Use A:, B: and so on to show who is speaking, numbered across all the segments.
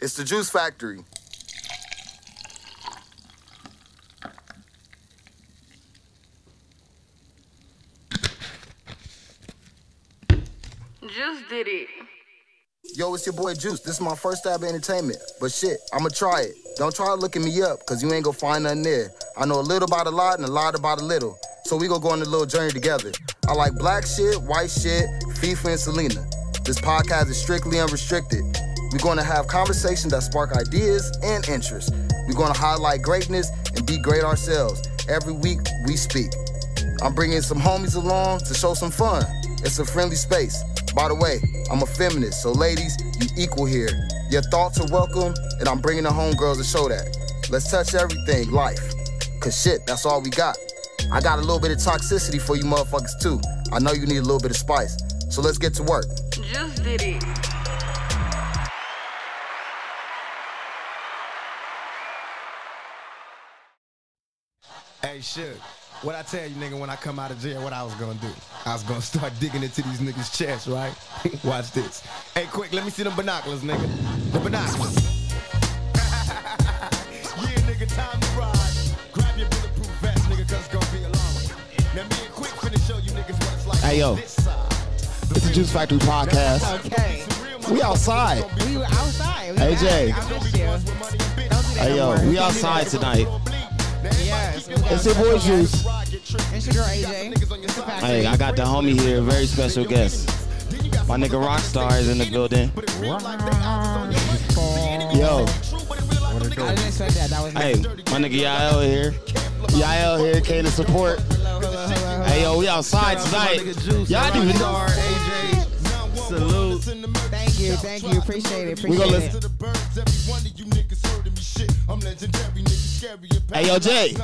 A: It's the Juice Factory.
B: Just did it.
A: Yo, it's your boy Juice. This is my first stab at entertainment. But shit, I'ma try it. Don't try looking me up, cause you ain't gonna find nothing there. I know a little about a lot and a lot about a little. So we gonna go on a little journey together. I like black shit, white shit, FIFA and Selena. This podcast is strictly unrestricted. We're gonna have conversations that spark ideas and interests. We're gonna highlight greatness and be great ourselves. Every week we speak. I'm bringing some homies along to show some fun. It's a friendly space. By the way, I'm a feminist, so ladies, you equal here. Your thoughts are welcome, and I'm bringing the homegirls to show that. Let's touch everything, life. Cause shit, that's all we got. I got a little bit of toxicity for you motherfuckers too. I know you need a little bit of spice. So let's get to work.
B: Just did it.
C: Hey, shit. What I tell you, nigga, when I come out of jail, what I was gonna do? I was gonna start digging into these niggas' chests, right? Watch this. Hey, quick, let me see them binoculars, nigga. The binoculars. yeah, nigga, time to ride. Grab your bulletproof vest, nigga, cause it's gonna be a long one. Now, me and Quick finna show you niggas what it's like.
D: Hey, yo.
C: on This side.
D: It's the Juice Factory podcast.
E: Okay.
D: We outside.
E: We were outside. We
D: Hey,
E: were
D: Jay.
E: outside. I missed you. Don't do that
D: Hey,
E: no
D: yo,
E: more.
D: we outside tonight.
E: Yes. we
D: It's your
E: outside.
D: boy Juice.
E: It's your girl AJ. It's a fact.
D: Hey, I got the homie here, very special guest. My nigga Rockstar is in the building. Yo,
E: I didn't expect that. That was
D: hey, my nigga Yael here. Yael here came to support.
E: Hello, hello, hello, hello.
D: Hey, yo, we outside tonight. Y'all didn't even know.
F: Salute.
E: Thank you, thank you. Appreciate it. Appreciate
D: We gonna
E: it.
D: listen. Hey, yo, Jay.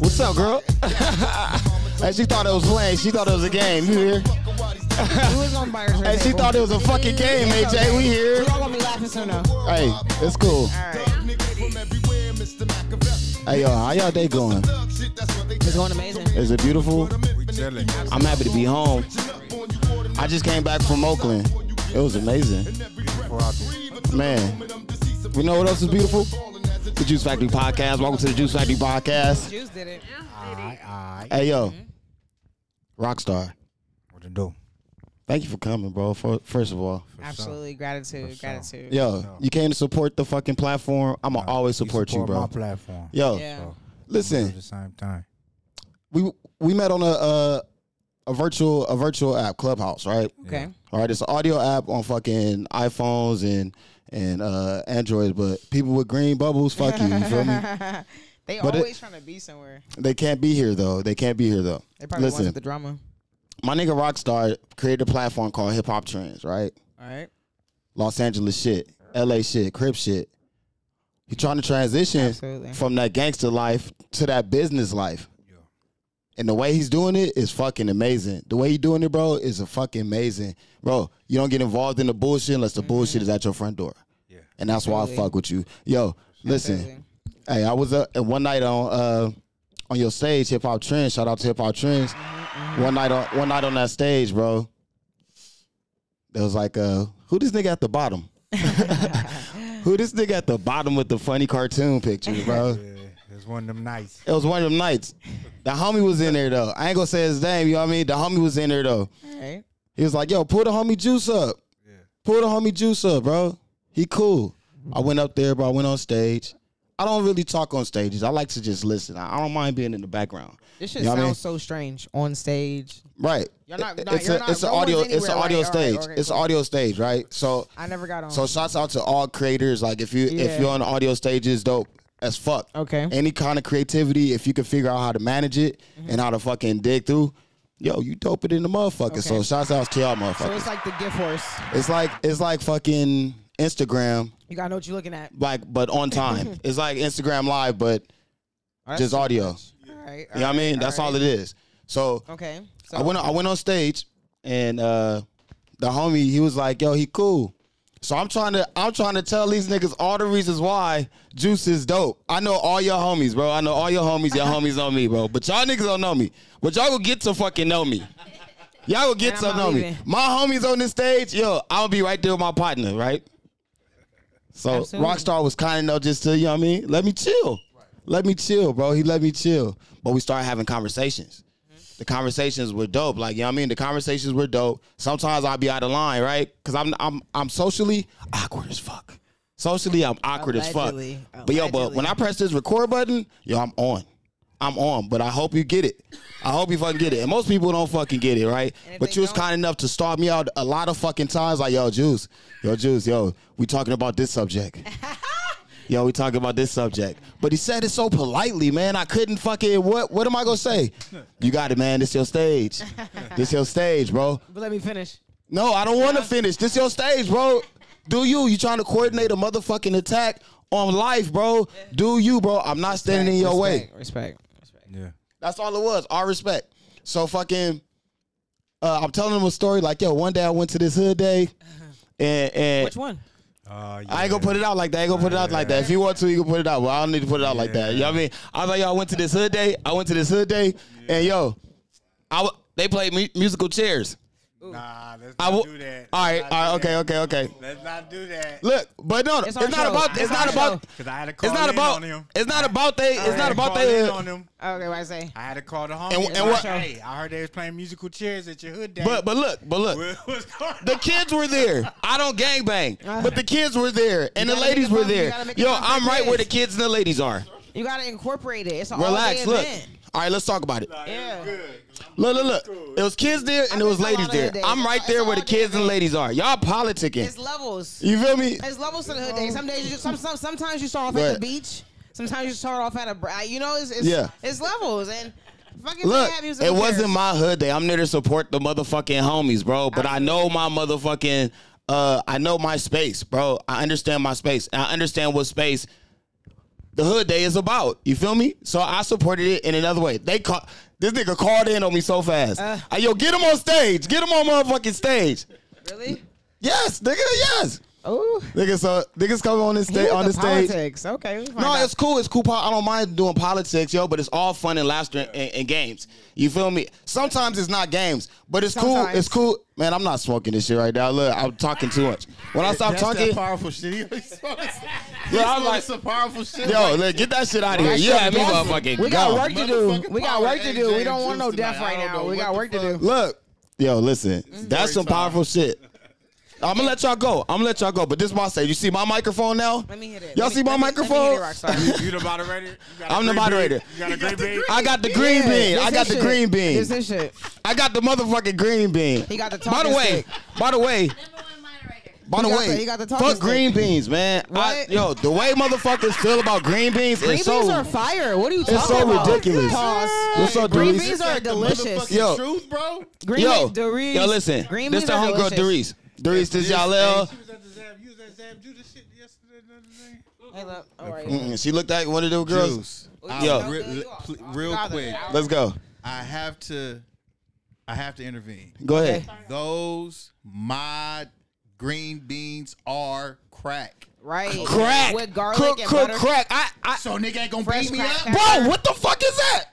D: What's up, girl? hey, she thought it was playing. She thought it was a game. You hear?
E: We was gonna buy her some
D: Hey, she
E: table.
D: thought it was a fucking game,
E: It's
D: AJ. We
E: okay.
D: here.
E: We all gonna be laughing soon though. All
D: Hey, it's cool.
E: right.
D: Hey, yo, how y'all day going?
E: It's going amazing.
D: Is it beautiful?
C: We chilling.
D: I'm happy to be home. I just came back from Oakland. It was amazing. Man, we know what else is beautiful? The Juice Factory Podcast. Welcome to the Juice Factory Podcast.
E: Juice did it.
D: Hey, yo, Rockstar,
F: What to do?
D: thank you for coming, bro. For, first of all,
E: Absolutely gratitude, gratitude.
D: yo, you came to support the fucking platform. I'm gonna always support you,
F: My
D: bro.
F: platform.
D: Yo,
E: Yeah.
F: At
D: listen,
F: the same time.
D: we we met on a uh, a virtual a virtual app, Clubhouse, right?
E: Okay.
D: All right, it's an audio app on fucking iPhones and and uh Androids, but people with green bubbles, fuck you, you feel me?
E: they
D: But it-
E: always trying to be somewhere.
D: They can't be here though. They can't be here though.
E: They probably
D: Listen,
E: wanted the drama.
D: my nigga Rockstar created a platform called Hip Hop Trends, right?
E: All right.
D: Los Angeles shit, LA shit, crip shit. He trying to transition
E: Absolutely.
D: from that gangster life to that business life. And the way he's doing it is fucking amazing. The way he doing it, bro, is a fucking amazing. Bro, you don't get involved in the bullshit unless the bullshit is at your front door. Yeah. And that's why I
E: Absolutely.
D: fuck with you. Yo, listen.
E: Absolutely.
D: Hey, I was uh, at one night on uh on your stage, Hip Hop Trends. Shout out to Hip Hop Trends.
E: Mm-hmm,
D: One night on one night on that stage, bro. There was like uh who this nigga at the bottom? who this nigga at the bottom with the funny cartoon pictures, bro?
F: Yeah, it's one of them nights.
D: It was one of them nights. The homie was in there though. I ain't gonna say his name, you know what I mean? The homie was in there though.
E: All right.
D: He was like, yo, pull the homie juice up. Pull the homie juice up, bro. He cool. I went up there, bro. I went on stage. I don't really talk on stages. I like to just listen. I I don't mind being in the background.
E: This shit
D: You know what I
E: sounds
D: mean?
E: so strange on stage.
D: Right.
E: You're not-
D: It-
E: not-
D: it's
E: you're
D: a,
E: not-
D: it's an
E: no one's
D: audio it's an
E: anywhere,
D: audio
E: right? All right,
D: stage.
E: okay,
D: it's an
E: cool.
D: audio stage, right? So
E: I never got on.
D: so shouts out to all creators. Like if you if
E: Um, Yeah.
D: you're on audio stages, dope as fuck.
E: Okay.
D: Any kind of creativity, if you can figure out how to manage it
E: Mm-hmm.
D: and how to fucking dig through, yo, you dope it in the motherfucker.
E: Okay.
D: So shouts out to y'all motherfuckers.
E: so it's like the gift horse.
D: It's like it's like fucking Instagram,
E: You gotta know what you're looking at.
D: like but on time. it's like Instagram Live, but just audio.
E: All right.
D: You know what I mean? That's all it is. So
E: Okay. So
D: I went I went on stage and uh the homie he was like, yo, he cool. So I'm trying to I'm trying to tell these niggas all the reasons why Juice is dope. I know all your homies, bro. I know all your homies. Your homies know me, bro. But y'all niggas don't know me. But y'all gonna get to fucking know me. Y'all gonna get
E: And
D: to
E: I'm not
D: know me.
E: leaving.
D: My homies on this stage, yo, I'll be right there with my partner, right? So
E: Absolutely.
D: Rockstar was kind enough just to, you know what I mean? Let me chill. Let me chill, bro. He let me chill. But we started having conversations.
E: Mm-hmm.
D: The conversations were dope. Like, you know what I mean? The conversations were dope. Sometimes I'll be out of line, right? Because I'm I'm I'm socially awkward as fuck. Socially, I'm awkward
E: Allegedly.
D: as fuck. But yo, but
E: Allegedly.
D: when I press this record button, yo, I'm on. I'm on. But I hope you get it. I hope you fucking get it. And most people don't fucking get it, right?
E: And if
D: But
E: they
D: you was
E: don't-
D: kind enough to start me out a lot of fucking times. Like, yo, Juice, yo, Juice, yo, we talking about this subject. yo, we talking about this subject. But he said it so politely, man. I couldn't fucking what? What am I gonna say? You got it, man. This your stage. this your stage, bro.
E: But let me finish.
D: No, I don't want to finish. This your stage, bro. Do you? You trying to coordinate a motherfucking attack on life, bro? Do you, bro? I'm not standing in your way.
E: Respect, Respect. Respect.
F: Yeah.
D: That's all it was. All respect. So fucking, uh, I'm telling him a story like, yo, one day I went to this hood day, and and
E: Which one?
F: Uh, yeah.
D: I ain't gonna put it out like that. I ain't gonna put it out like that. If you want to, you can put it out, but I don't need to put it out like that. You know what I mean? I was like, yo, I went to this hood day. I went to this hood day, and yo, I w- they played mu- musical chairs.
F: Nah, let's
D: I
F: not
D: w-
F: do that.
D: All right,
F: Let's not
D: all right, okay,
F: do that.
D: okay, okay.
F: Let's not do that.
D: Look, but no, it's,
E: It's our
D: not
E: show.
D: about. It's
E: It's
D: not
E: our
D: about.
E: show.
F: Because I had to call
D: It's not
F: in
D: about.
F: on him.
D: It's not about they.
F: I
D: It's
F: had
D: not
F: to
D: about
F: call in
D: they.
F: on him.
E: Okay, what I say?
F: I had to call the homies.
D: And-
F: And,
D: and what-
F: what? Hey, I heard they was playing musical chairs at your hood day.
D: But but look, but look.
F: What- what's going
D: The kids were there. I don't gangbang, but the kids were there and the
E: gotta
D: ladies
E: make it
D: were
E: fun. You
D: there.
E: gotta make it
D: Yo,
E: fun for
D: I'm
E: the
D: right where the
E: kids.
D: kids and the ladies are.
E: You gotta incorporate it. It's an
D: Relax.
E: all-day
D: Look.
E: event.
D: All right, let's talk about it.
F: on?
E: Yeah.
D: Look, look, look. It was kids there and it was
E: been to a lot
D: ladies
E: of
D: there.
E: hood days.
D: I'm right
E: It's
D: there
E: all
D: where the
E: day
D: kids and
E: event.
D: ladies are. Y'all politicking.
E: It's levels.
D: You feel me?
E: It's levels to the hood day. Some days you some, some sometimes you start off
D: Right.
E: at the beach. Sometimes you start off at a bra- you know it's it's,
D: Yeah.
E: it's levels and fucking
D: Look,
E: they have musical
D: it wasn't
E: chairs.
D: my hood day. I'm there to support the motherfucking homies, bro. But I know my motherfucking, uh, I know my space, bro. I understand my space. And I understand what space the hood day is about. You feel me? So I supported it in another way. They call this nigga called in on me so fast.
E: Uh.
D: Uh, yo, get him on stage. Get him on motherfucking stage.
E: really.
D: Yes, nigga. Yes,
E: Oh,
D: nigga. So niggas come on this stage. On this stage.
E: politics. Okay, we find
D: No,
E: out.
D: it's cool. It's cool. po- I don't mind doing politics, yo, but it's all fun and laughter and, and, games. You feel me? Sometimes it's not games, but it's cool.
E: Sometimes.
D: It's cool. Man, I'm not smoking this shit right now. Look, I'm talking too much. When I stop
F: That's that
D: talking,
F: powerful shit. He always smoking- he
D: Yeah, I'm
F: smoking
D: like-
F: some powerful shit.
D: yo,
F: like,
D: look, get that shit out of here. You had me motherfucking
E: we got
D: gone.
E: work to do.
F: Motherfucking
E: We got
F: power
E: work to do.
F: AJ
E: We don't
F: and
E: want no
F: Juice
E: death
F: tonight.
E: right
F: I don't
E: now.
F: know
E: We
F: what
E: got
F: the
E: work to
F: fuck.
E: do.
D: Look, yo, listen, that's
F: Story
D: some
F: time.
D: powerful shit. I'm gonna let y'all go. I'm gonna let y'all go. But this is my say. You see my microphone now?
E: Let me hit it.
D: Y'all
E: Let me-
D: see my
E: let me- let me
D: microphone?
E: hit it, Rockstar.
F: You the moderator? You got a
D: I'm the
F: green
D: moderator.
F: bean? You got a green bean?
D: I got the green
E: Yeah,
D: bean.
E: this
D: I got
E: his
D: the
E: shit.
D: green bean.
E: This is shit.
D: I got the motherfucking green bean. He
E: got the
D: By the
E: talking
D: way,
E: stick.
D: by the way,
G: Number one moderator.
D: by the
E: He got
D: way,
E: the- he got the talking
D: fuck
E: stick.
D: green beans, man. I,
E: What?
D: yo, the way motherfuckers feel about green beans
E: Green
D: is so
E: beans are fire. What are you talking
D: so
E: about?
D: ridiculous.
E: Pause.
D: What's up,
E: Green
D: Dorice?
E: beans are delicious.
F: Motherfucking
D: Yo.
F: truth, bro.
E: Green
D: yo,
E: beans, Dorice.
D: yo, listen,
E: Green
D: this
E: beans
D: the
E: are
D: homegirl
E: delicious.
D: Doris. Doris, this y'all
F: Hey,
D: L.
F: She was at the Zab. You was at Zab Judah shit yesterday. the other day.
E: Hey, look, all right.
D: Mm, She looked like one of those girls.
H: Juice.
E: you
H: Yo,
E: know
H: re-
E: good,
H: le-
E: you are.
H: pl-
E: I'll
H: real
E: rather-
H: quick,
E: I'll-
D: Let's go.
H: I have to, I have to intervene.
D: Go ahead.
H: Those mod green beans are crack.
E: Right.
D: Crack,
E: With garlic
D: cook,
E: and
D: cook,
E: butter.
D: crack. I, I,
H: So nigga ain't gonna
E: Fresh
H: beat me
E: crack
H: up.
E: pepper.
D: bro, what the fuck is that?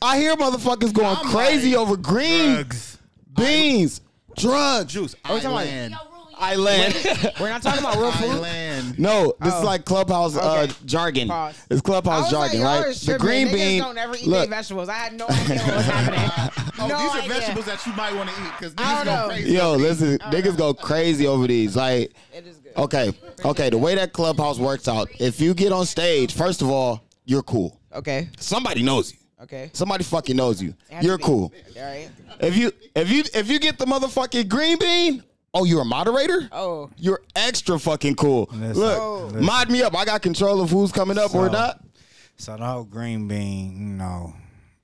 D: I hear motherfuckers going
H: I'm
D: crazy
H: like,
D: over green
F: Drugs.
D: beans, drugs.
H: Juice, I
D: talking about-
H: land.
G: Yo, Rue, you
D: I land.
E: We're not talking about real
H: I
E: food.
H: land.
D: No, this is
E: Oh.
D: like clubhouse uh,
E: Okay.
D: jargon.
E: Pause.
D: It's
E: I
D: clubhouse
E: was
D: jargon,
E: like, y'all
D: right?
E: is tripping. Niggas don't ever eat their
D: look,
E: vegetables. I had no idea what was happening.
H: Oh,
E: No
H: these are
E: idea.
H: vegetables that you might want to eat because
E: I
H: niggas
E: don't
H: go
E: know.
H: crazy.
D: yo, listen, niggas go crazy over these. Like,
E: It is good.
D: okay, okay, the way that clubhouse works out, if you get on stage, first of all, you're cool.
E: Okay.
D: Somebody knows you.
E: Okay.
D: Somebody fucking knows you.
E: It has
D: You're
E: to be.
D: cool.
E: All right.
D: If you if you if you get the motherfucking green bean, oh, you're a moderator.
E: Oh.
D: You're extra fucking cool.
F: Listen,
D: Look,
F: listen.
D: mod me up. I got control of who's coming up or
F: So-
D: not.
F: So the whole green bean, you know,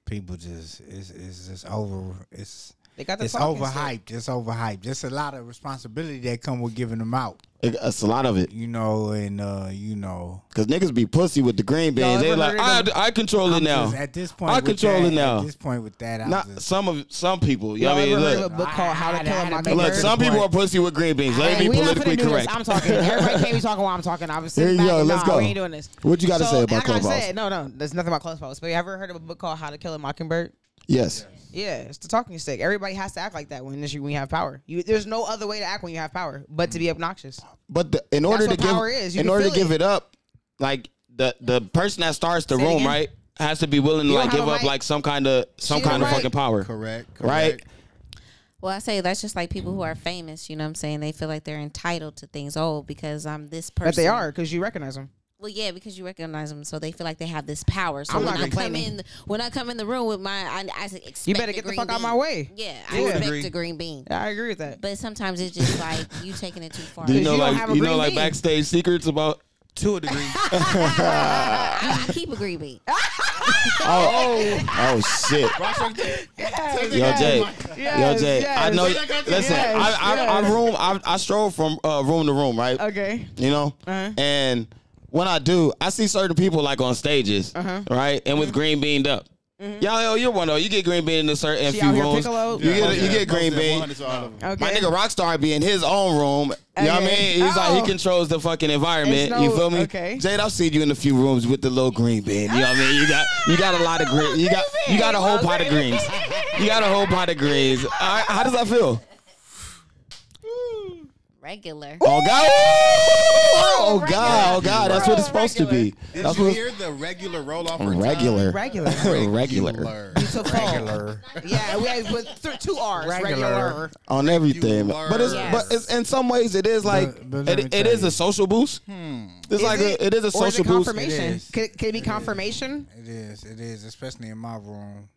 F: people just it's it's just over. It's
E: They got the
F: it's
E: talking
F: overhyped. It's overhyped. There's a lot of responsibility that come with giving them out.
D: It- It's a lot of it.
F: You know, and uh, you know,
D: Cause niggas be pussy with the green beans.
E: Y'all
D: They
E: ever
D: like, I,
E: heard of-
D: I control it
F: I'm
D: now.
F: just- at this point,
D: I
F: with
D: control
F: that-
D: it now.
F: At this point, with that, I'm
D: Not
F: just,
D: some of some people. You know
E: Y'all
D: what I mean,
E: ever heard
D: look,
E: of a book called How to
F: I- I
E: Kill a
F: had to make
E: Mockingbird?
F: a
D: look.
F: Heard
D: Some
F: the
D: people are
F: point.
D: pussy with green beans. Let me
E: Hey,
D: be
E: we not finna
D: politically
E: do
D: correct.
E: This. I'm talking. Everybody can't be talking while I'm talking. I'm
D: Here
E: sitting
D: you
E: back.
D: go.
E: and
D: Let's
E: nah,
D: go.
E: We ain't doing this.
D: What you gotta
E: So,
D: say about
E: like I
D: Clubhouse?
E: said, no, no, there's nothing about Clubhouse. But you ever heard of a book called How to Kill a Mockingbird?
D: Yes.
E: Yeah, it's the talking stick. Everybody has to act like that when this when you have power. You, there's no other way to act when you have power but to be obnoxious.
D: But the, in order to
E: what
D: give
E: power is. You
D: in
E: can
D: order to
E: feel
D: give
E: it.
D: it up, like the the person that starts the
E: Say it
D: room,
E: again.
D: right, has to be willing to
E: You
D: like give
E: don't have a
D: up
E: right.
D: like some kind of some
E: She don't
D: kind of
E: right.
D: fucking power.
H: Correct. correct.
D: Right?
G: Well, I say that's just like people who are famous. You know what I'm saying? They feel like they're entitled to things. Oh, because I'm this person.
E: But they are because you recognize them.
G: Well, yeah, because you recognize them, so they feel like they have this power. So
E: I'm
G: when
E: not
G: I come
E: complaining.
G: in, when I come in the room with my, I, I expect.
E: You better
G: a
E: get the
G: green
E: fuck out
G: bean.
E: my way.
G: Yeah,
E: Yeah.
G: I expect
H: Agree.
G: a green bean.
E: I agree with that.
G: But sometimes it's just like you taking it too far.
D: Do you
E: Because
D: know
E: you don't have a
D: like you know
E: green
D: like
E: bean.
D: backstage secrets about
H: To a degree.
G: I keep a green bean.
D: Oh, oh shit. Yo Jay, yo
E: Yes,
D: Jay, I
E: yes.
D: know.
E: Yes,
D: listen,
E: yes.
D: I, I, I room, I, I stroll from uh, room to room, right?
E: Okay.
D: You know,
E: Uh-huh.
D: and when I do, I see certain people like on stages,
E: Uh-huh.
D: right, and
E: Mm-hmm.
D: with green beaned up. Y'all, yo, you're one of you get green bean in a certain
E: She
D: few
E: out here
D: rooms.
E: Piccolo?
D: You get,
H: Yeah.
D: you get
H: Most
D: green
H: of them,
D: bean.
H: 100 is all of them.
E: Okay.
D: My nigga Rockstar be in his own room. You know what I mean?
E: Okay.
D: He's like,
E: Oh.
D: he controls the fucking environment.
E: It's
D: you
E: no-
D: feel me?
E: okay.
D: Jade, I've seen you in a few rooms with the little green bin. You know what I mean? You got you got a lot of green. You got you got a whole pot of greens. You got a whole pot of greens. All right, how does that feel?
G: Regular.
D: Oh god! Oh god! Oh
G: regular.
D: god! That's what it's supposed to be.
H: Did
D: That's
H: you
D: what
H: hear the regular roll off?
D: regular.
E: Regular.
D: Regular
H: Regular.
E: It's a phone. Yeah, we had put th- two R's. Regular.
D: on everything,
H: You
D: but it's
G: learn.
D: but it's, in some ways it is like
F: But- but let
D: it,
F: me
D: it
F: tell
D: is
F: you.
D: a social boost. It's like a, it is a
E: Or Hmm. is
D: social
E: it
D: boost.
E: confirmation?
F: It is.
E: Could, could it be confirmation?
F: It is. It is. Especially in my room.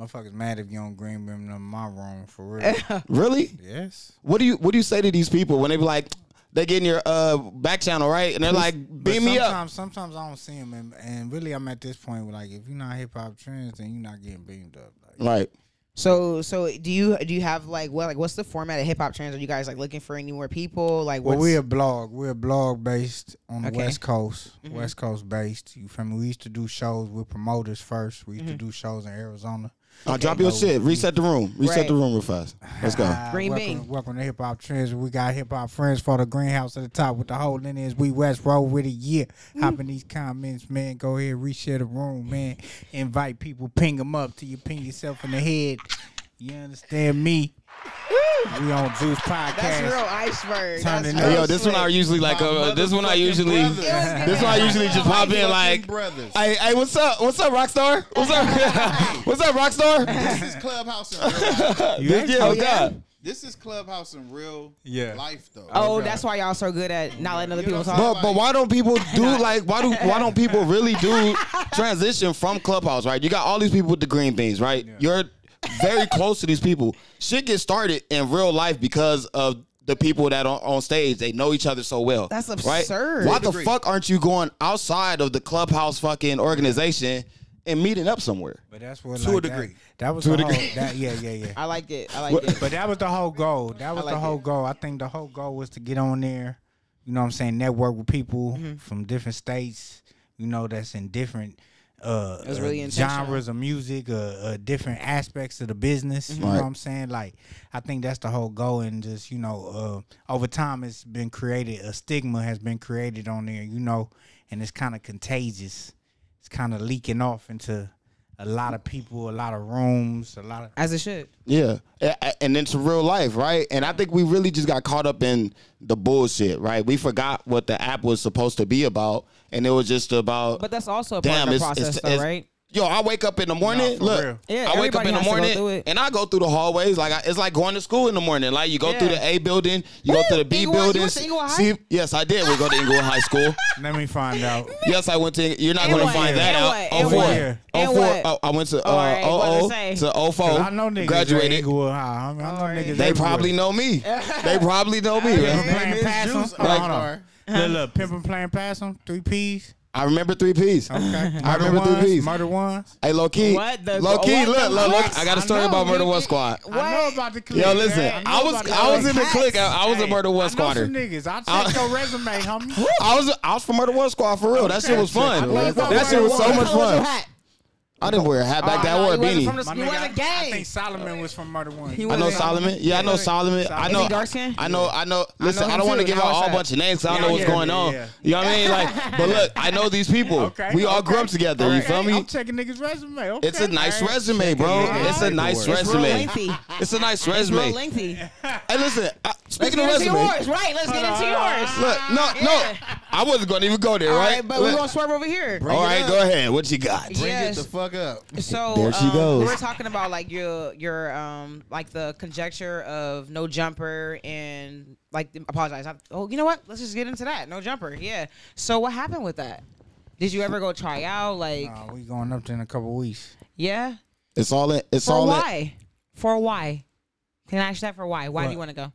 F: Motherfuckers mad if you don't green bean in my room for real.
D: Really?
F: yes.
D: What do you what do you say to these people when they be like they get in your uh back channel right and they're like
F: But
D: beam me up?
F: sometimes- Sometimes I don't see them, and, and really, I'm at this point where like, if you're not hip hop trends, then you're not getting beamed up. Like,
D: Right.
E: So, so do you do you have like what like what's the format of hip hop trends? Are you guys like looking for any more people? Like,
F: well,
E: what's,
F: we're a blog. We're a blog based on the
E: Okay.
F: West Coast, West Coast based. You feel me? We used to do shows with promoters first. We used to do shows in Arizona.
D: Uh, drop your shit. Reset the room. Reset
E: Right.
D: the room real fast. Let's go.
F: Uh,
E: Green
F: welcome,
E: Bean.
F: Welcome to Hip Hop Trends. We got Hip Hop Friends for the greenhouse at the top with the whole lineage. We West Roll with it. Yeah. Hop in these comments, man. Go ahead, reshare the room, man. Invite people, ping them up till you ping yourself in the head. You understand me? we on Juice Podcast.
E: that's real iceberg.
F: Turn
E: That's
F: it
E: real
D: Hey, yo, this one
E: slick.
D: I usually like. Uh, this one I
H: motherfucking
D: usually.
H: brothers.
D: This one I usually just pop in like.
H: brothers.
D: Hey, hey, what's up? What's up, Rockstar? What's up? what's up, Rockstar?
H: This is clubhouse in real life.
D: Yeah, what's up?
H: This is clubhouse in real
F: Yeah.
H: life though.
E: Oh, that's why y'all so good at not letting other
H: You know
E: people
H: what I'm
E: talk.
D: But but why don't people do like why do why don't people really do transition from clubhouse right? You got all these people with the green beans right? You're very close to these people. Shit gets started in real life because of the people that are on stage. They know each other so well.
E: That's
D: right?
E: absurd.
D: Why the
H: Agree.
D: fuck aren't you going outside of the clubhouse fucking organization and meeting up somewhere?
F: But that's what
H: To
F: like,
H: a degree.
F: That, that was
D: To a
F: the whole,
D: degree.
F: that, yeah, yeah, yeah.
E: I like it. I like it.
F: But that was the whole goal. That was
E: like
F: the whole
E: it.
F: goal. I think the whole goal was to get on there, you know what I'm saying, network with people
E: Mm-hmm.
F: from different states, you know, that's in different uh,
E: was
F: uh,
E: really intentional.
F: genres of music, uh, uh, different aspects of the business. You know
D: Right.
F: what I'm saying? Like, I think that's the whole goal. And just, you know, uh, over time, it's been created, a stigma has been created on there, you know, and it's kind of contagious. It's kind of leaking off into a lot of people, a lot of rooms, a lot of.
E: As it should.
D: Yeah, A- a- and into real life, right? And I think we really just got caught up in the bullshit, right? We forgot what the app was supposed to be about, and it was just about.
E: But that's also a part
D: damn,
E: of the
D: it's,
E: process,
D: it's,
E: though,
D: it's-
E: right?
D: Yo, I wake up in the morning.
F: Nah, for
D: look,
F: real.
E: Yeah,
D: I wake up
E: everybody
D: in the
E: has to go through
D: morning,
E: it.
D: and I go through the hallways. Like I, it's like going to school in the morning. Like you go
E: Yeah.
D: through the A building, you go
E: Woo!
D: through the B
E: Inglewood-
D: building.
E: you went to Inglewood High?
D: C- yes, I did. We go to Inglewood High School.
F: Let me find out.
D: Yes, I went to. You're not
E: And
D: going to
E: what?
D: find that
E: And
D: out.
E: what?
D: Oh
E: And
D: four,
F: what?
D: oh
E: And
D: four.
E: what?
D: Oh, I went to
E: All right, what
D: uh,
E: to say?
D: oh oh to 04.
F: 'Cause I know niggas. Graduated.
D: Graduated.
F: Inglewood High. I, mean, I know niggas.
D: They
F: everywhere.
D: probably know me. They probably know me.
F: Pimpin'
D: man.
F: playing pass 'em.
H: Juice
F: Hold on,
H: Rockstar.
F: hold on. Look, look, pimpin' playing pass 'em. Three P's.
D: I remember three P's. I
F: Okay. Murder
D: remember
F: ones,
D: three P's.
F: Murder ones.
D: Hey, low key,
E: What the-
D: low key.
E: what
D: Look,
E: the-
D: look, look.
E: what?
D: I got a story
F: I know,
D: about Murder
F: nigga.
D: One Squad.
F: I know about the clique.
D: Yo, listen.
F: man.
D: I
F: know
D: was
F: about the
D: I was in the
F: clique.
D: clique. I, I was a
F: Hey,
D: Murder
F: I
D: One
F: know
D: squatter.
F: some niggas.
D: I-
F: I'll check your resume, homie.
D: I was I was from Murder One Squad for real. That shit was fun.
F: I love
D: That shit was so
E: What
D: much
E: color was
D: fun.
E: your hat?
D: I didn't wear a hat back then. I wore a
E: he wasn't
D: beanie.
E: from the-
F: My
E: He
F: nigga,
E: wasn't
F: I- I
E: gay.
F: think Solomon was from Murder One.
E: He
D: I know
E: wasn't-
D: Solomon. Yeah, I know Solomon. I
F: Is
D: know.
E: he dark skinned?
D: I know. I know. Listen, I,
E: him
D: don't want to
E: too.
D: give
E: Now
D: out a
E: what's
D: whole
E: that?
D: bunch of names. 'cause I don't
F: Yeah,
D: know what's
F: yeah,
D: going
F: yeah,
D: on.
F: yeah.
D: You know what I mean? Like, but look, I know these people.
F: Okay.
D: we all
F: okay.
D: grew up together. You
F: Okay,
D: feel me?
F: I'm checking niggas' resume. Okay.
D: It's a nice
F: all right.
D: resume, bro.
F: Yeah.
D: It's a nice
E: It's real
D: resume.
E: lengthy.
D: It's a nice
E: Real
D: resume.
E: lengthy.
D: Hey, listen. I,
E: Let's
D: speaking
E: get
D: of
E: into
D: resume,
E: yours, right? Let's get into yours.
D: look, no, no, I wasn't going to even go there,
E: All
D: right?
E: right, but we're
D: Look.
E: gonna swerve over here.
D: all right, go ahead. What you got?
H: Bring
E: Yes.
H: it the fuck up.
E: So
D: There she
E: um,
D: goes.
E: We're talking about like your your um like the conjecture of no jumper and like apologize. I, oh, you know what? Let's just get into that. No jumper. Yeah. So what happened with that? Did you ever go try out? Like
F: Nah, we going up there in a couple weeks.
E: yeah.
D: It's all in. Uh, It's
E: For
D: all in.
E: why? For why? Can I ask that for why? Why do you want to go?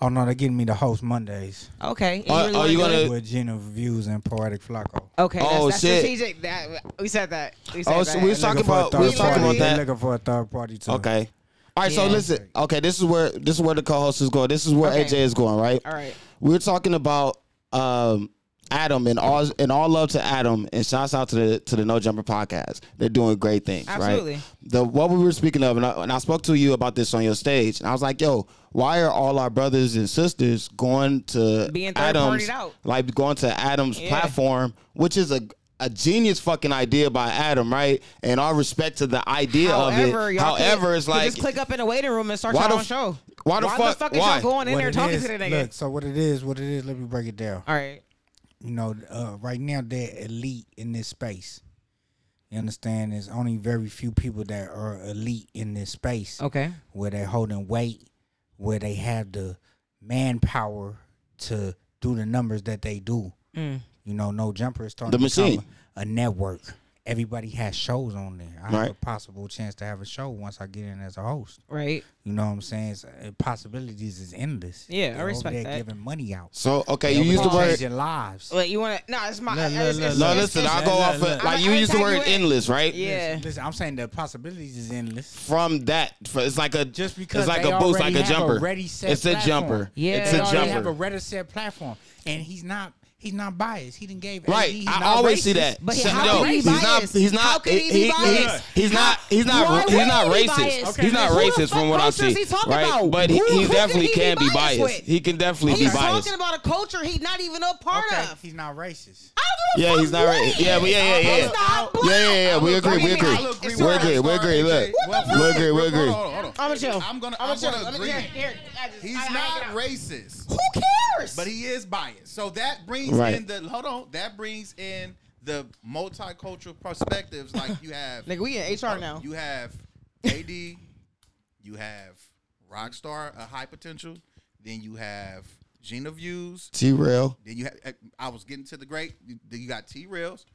F: Oh no, they're getting me to host Mondays
E: Okay. and
D: Are-
E: really
D: are
E: wanna
D: you
E: do
D: gonna-
E: it?
D: Uh,
F: with Gina Views and Poetic Flacco.
E: Okay. That's,
D: Oh,
E: that's
D: shit.
E: strategic. That we said that. We said
D: Oh,
E: that.
D: so we was
F: They're
D: talking
F: looking for a
D: about.
F: third
D: We was talking
F: party.
D: about
F: They're
D: that.
F: Looking for a third party too.
D: Okay. All right, so
E: Yeah.
D: listen. Okay, this is where this is where the co-host is going. This is where
E: Okay.
D: AJ is going, right?
E: All right.
D: We We're talking about um, Adam and all and all love to Adam and shouts out to the to the No Jumper podcast. They're doing great things,
E: Absolutely.
D: right? The what we were speaking of, and I, and I spoke to you about this on your stage, and I was like, "Yo, why are all our brothers and sisters going to
E: Being
D: Adam's
E: third-partied out.
D: like going to Adam's
E: Yeah.
D: platform, which is a a genius fucking idea by Adam, right? And all respect to the idea
E: However,
D: of it.
E: y'all could-
D: However, it's
E: could
D: like
E: just click up in the waiting room and start
D: Why
E: your
D: the
E: own
D: f-
E: show.
D: why the fuck-
E: is
D: why?
E: y'all going in
F: What
E: there
F: it
E: talking
F: is-
E: to the nigga?
F: Look, so what it is, what it is. Let me break it down.
E: All right.
F: you know, uh, right now they're elite in this space. You understand? There's only very few people that are elite in this space.
E: Okay.
F: Where they're holding weight, where they have the manpower to do the numbers that they do.
E: Mm.
F: You know, no jumper is starting
D: The
F: to become
D: machine.
F: a network. Everybody has shows on there. I have
D: Right.
F: a possible chance to have a show once I get in as a host.
E: Right.
F: You know what I'm saying? It's, uh, possibilities is endless.
E: Yeah, I
F: They're over
E: respect
F: there
E: that.
F: Giving money out.
D: So okay, you
F: They
D: use the
F: over there
D: word.
F: changing lives.
E: Wait, you want to? No, it's my.
F: Look,
E: it's-
F: look,
E: it's-
F: look,
D: No,
E: it's-
D: listen,
E: it's-
D: I go
F: look,
D: off.
F: look.
D: Of, like
E: I'm
D: you
E: gonna
D: use the
E: tag
D: word
E: you in.
D: endless, right?
E: Yeah.
F: Listen, listen, I'm saying the possibilities is endless.
D: From that, for- it's like a
F: Just because
D: it's like
F: they
D: a boost, like
F: already
D: a
F: have
D: jumper.
F: ready set
D: it's a
F: platform.
D: jumper.
E: Yeah.
D: it's
F: They
D: a
F: already have a
D: jumper.
F: ready set platform, and he's not he's not biased. He didn't gave
D: Right,
F: he's
D: I
F: not
D: always
F: racist.
D: see that.
E: But
D: So-
E: how
D: no,
E: could he
D: he's
E: be
D: not.
E: biased?
D: He's not.
E: How could he be biased?
D: He's not. He's
E: Why
D: not.
E: would
D: He's not
E: he be
D: racist.
E: biased?
D: He's not
E: Who the
D: racist
E: fuck
D: from what I've
E: process
D: seen.
E: he talking
D: Right,
E: about?
D: but he,
E: Who-
D: he
E: who could
D: definitely
E: he be
D: can be
E: biased
D: biased.
E: with?
D: He can definitely be
E: He's
D: biased.
E: talking about a culture he's not even a part
F: Okay,
E: of.
F: he's not racist.
D: Yeah, he's not right. Yeah, but yeah, yeah, yeah.
E: He's not black.
D: Yeah, yeah, yeah. We
E: I'll
D: agree. We
E: agree.
D: agree.
E: I'll agree
D: We
E: with
D: agree.
E: you.
D: We agree. Look, we agree. We agree.
H: Hold on, hold on.
E: I'm gonna chill.
H: I'm gonna,
E: I'm
H: I'm
E: gonna chill.
H: gonna
E: Let
H: agree.
E: me- here, here, I just-
H: He's
E: I- I
H: not
E: get out.
H: racist,
E: Who cares?
H: but he is biased. So that brings
D: Right.
H: in the hold on. That brings in the multicultural perspectives. Like you have, uh,
E: Nigga, we in HR now.
H: you have AD, you have Rockstar, a high potential. Then you have Gina Views.
D: T real.
H: Then you have I was getting to the great. Then you got T Rails.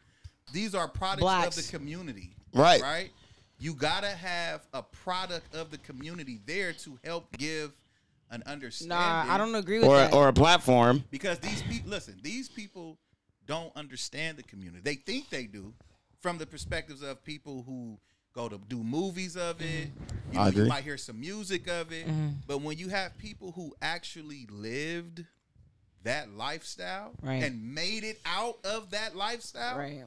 H: These are products
E: Blacks.
H: of the community,
D: Right.
H: Right. You gotta have a product of the community there to help give an understanding.
E: Nah, I don't agree with
D: Or
E: that.
D: or a platform.
H: Because these people, listen, these people don't understand the community. They think they do, from the perspectives of people who go to do movies of it.
E: Mm-hmm.
H: You,
D: I
H: know,
D: agree.
H: you might hear some music of it, but when you have people who actually lived that lifestyle
E: Right.
H: and made it out of that lifestyle,
E: right.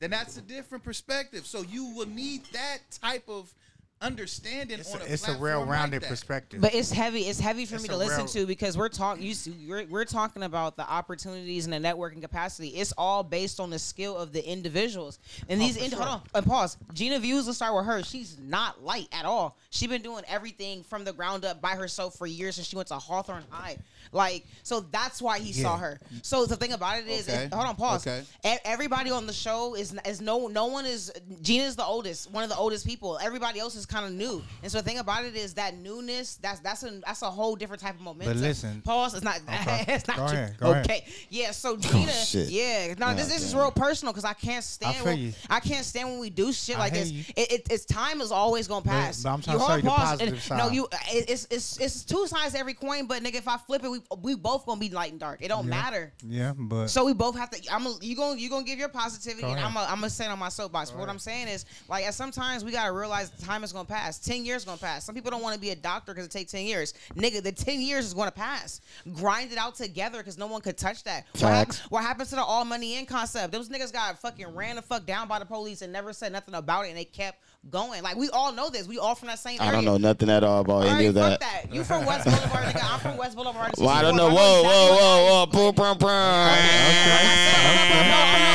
H: then that's a different perspective. So you will need that type of understanding.
F: It's
H: on a,
F: a, it's a
H: platform
F: well-rounded
H: like that.
F: perspective.
E: But it's heavy. It's heavy for
F: It's
E: me
F: a
E: to listen
F: real-
E: to because we're talking. You see, we're, we're talking about the opportunities and the networking capacity. It's all based on the skill of the individuals.
H: Oh,
E: And these, ind- hold on, and pause. Gina Views. Let's start with her. She's not light at all. She's been doing everything from the ground up by herself for years since she went to Hawthorne High. Like, so that's why he saw
F: Yeah.
E: her. So the thing about it is, is-
H: Okay.
E: hold on, pause.
H: Okay.
E: E- Everybody on the show is is no no one is Gina's the oldest, one of the oldest people. Everybody else is kind of new, and so the thing about it is that newness. That's that's a that's a whole different type of momentum.
F: listen-
E: pause. It's not.
F: Okay.
E: it's not
F: Go
E: you.
F: ahead, go ahead.
E: okay. Yeah. So Gina.
D: shit.
E: Yeah. No, this, this is real personal because I can't stand.
F: feel
E: when-
F: you.
E: I can't stand when we do shit
F: I
E: like
F: hear
E: this.
F: you.
E: It, it, it's time is always gonna pass.
F: but I'm trying to
E: hold
F: show you the
E: pause,
F: positive
E: and-
F: side.
E: No, you. uh, It, it's it's it's two sides to every coin, but nigga, if I flip it, we we both gonna be light and dark. It don't matter.
F: yeah, but
E: So we both have to. I'm a, you gonna you gonna give your positivity,
F: Go
E: and
F: ahead.
E: I'm a, I'm gonna stand on my soapbox. But what I'm saying is, like, at sometimes we gotta realize the time is gonna pass. Ten years gonna pass. Some people don't want to be a doctor because it takes ten years. Nigga, the ten years is gonna pass. Grind it out together because no one could touch that. What, hap-
D: Facts.
E: what happens to the all money in concept? Those niggas got fucking ran the fuck down by the police and never said nothing about it, and they kept going. Like we all know this. We all from that same.
D: I
E: area.
D: don't know nothing at all about
E: All
D: any
E: right,
D: of that.
E: fuck that. You from West Boulevard, nigga. I'm from West Boulevard.
D: Well, I don't know.
E: I
D: Whoa, whoa,
E: exactly what
D: whoa, whoa,
E: I'm-
D: boom, boom, boom.
E: no, no, no, no, no.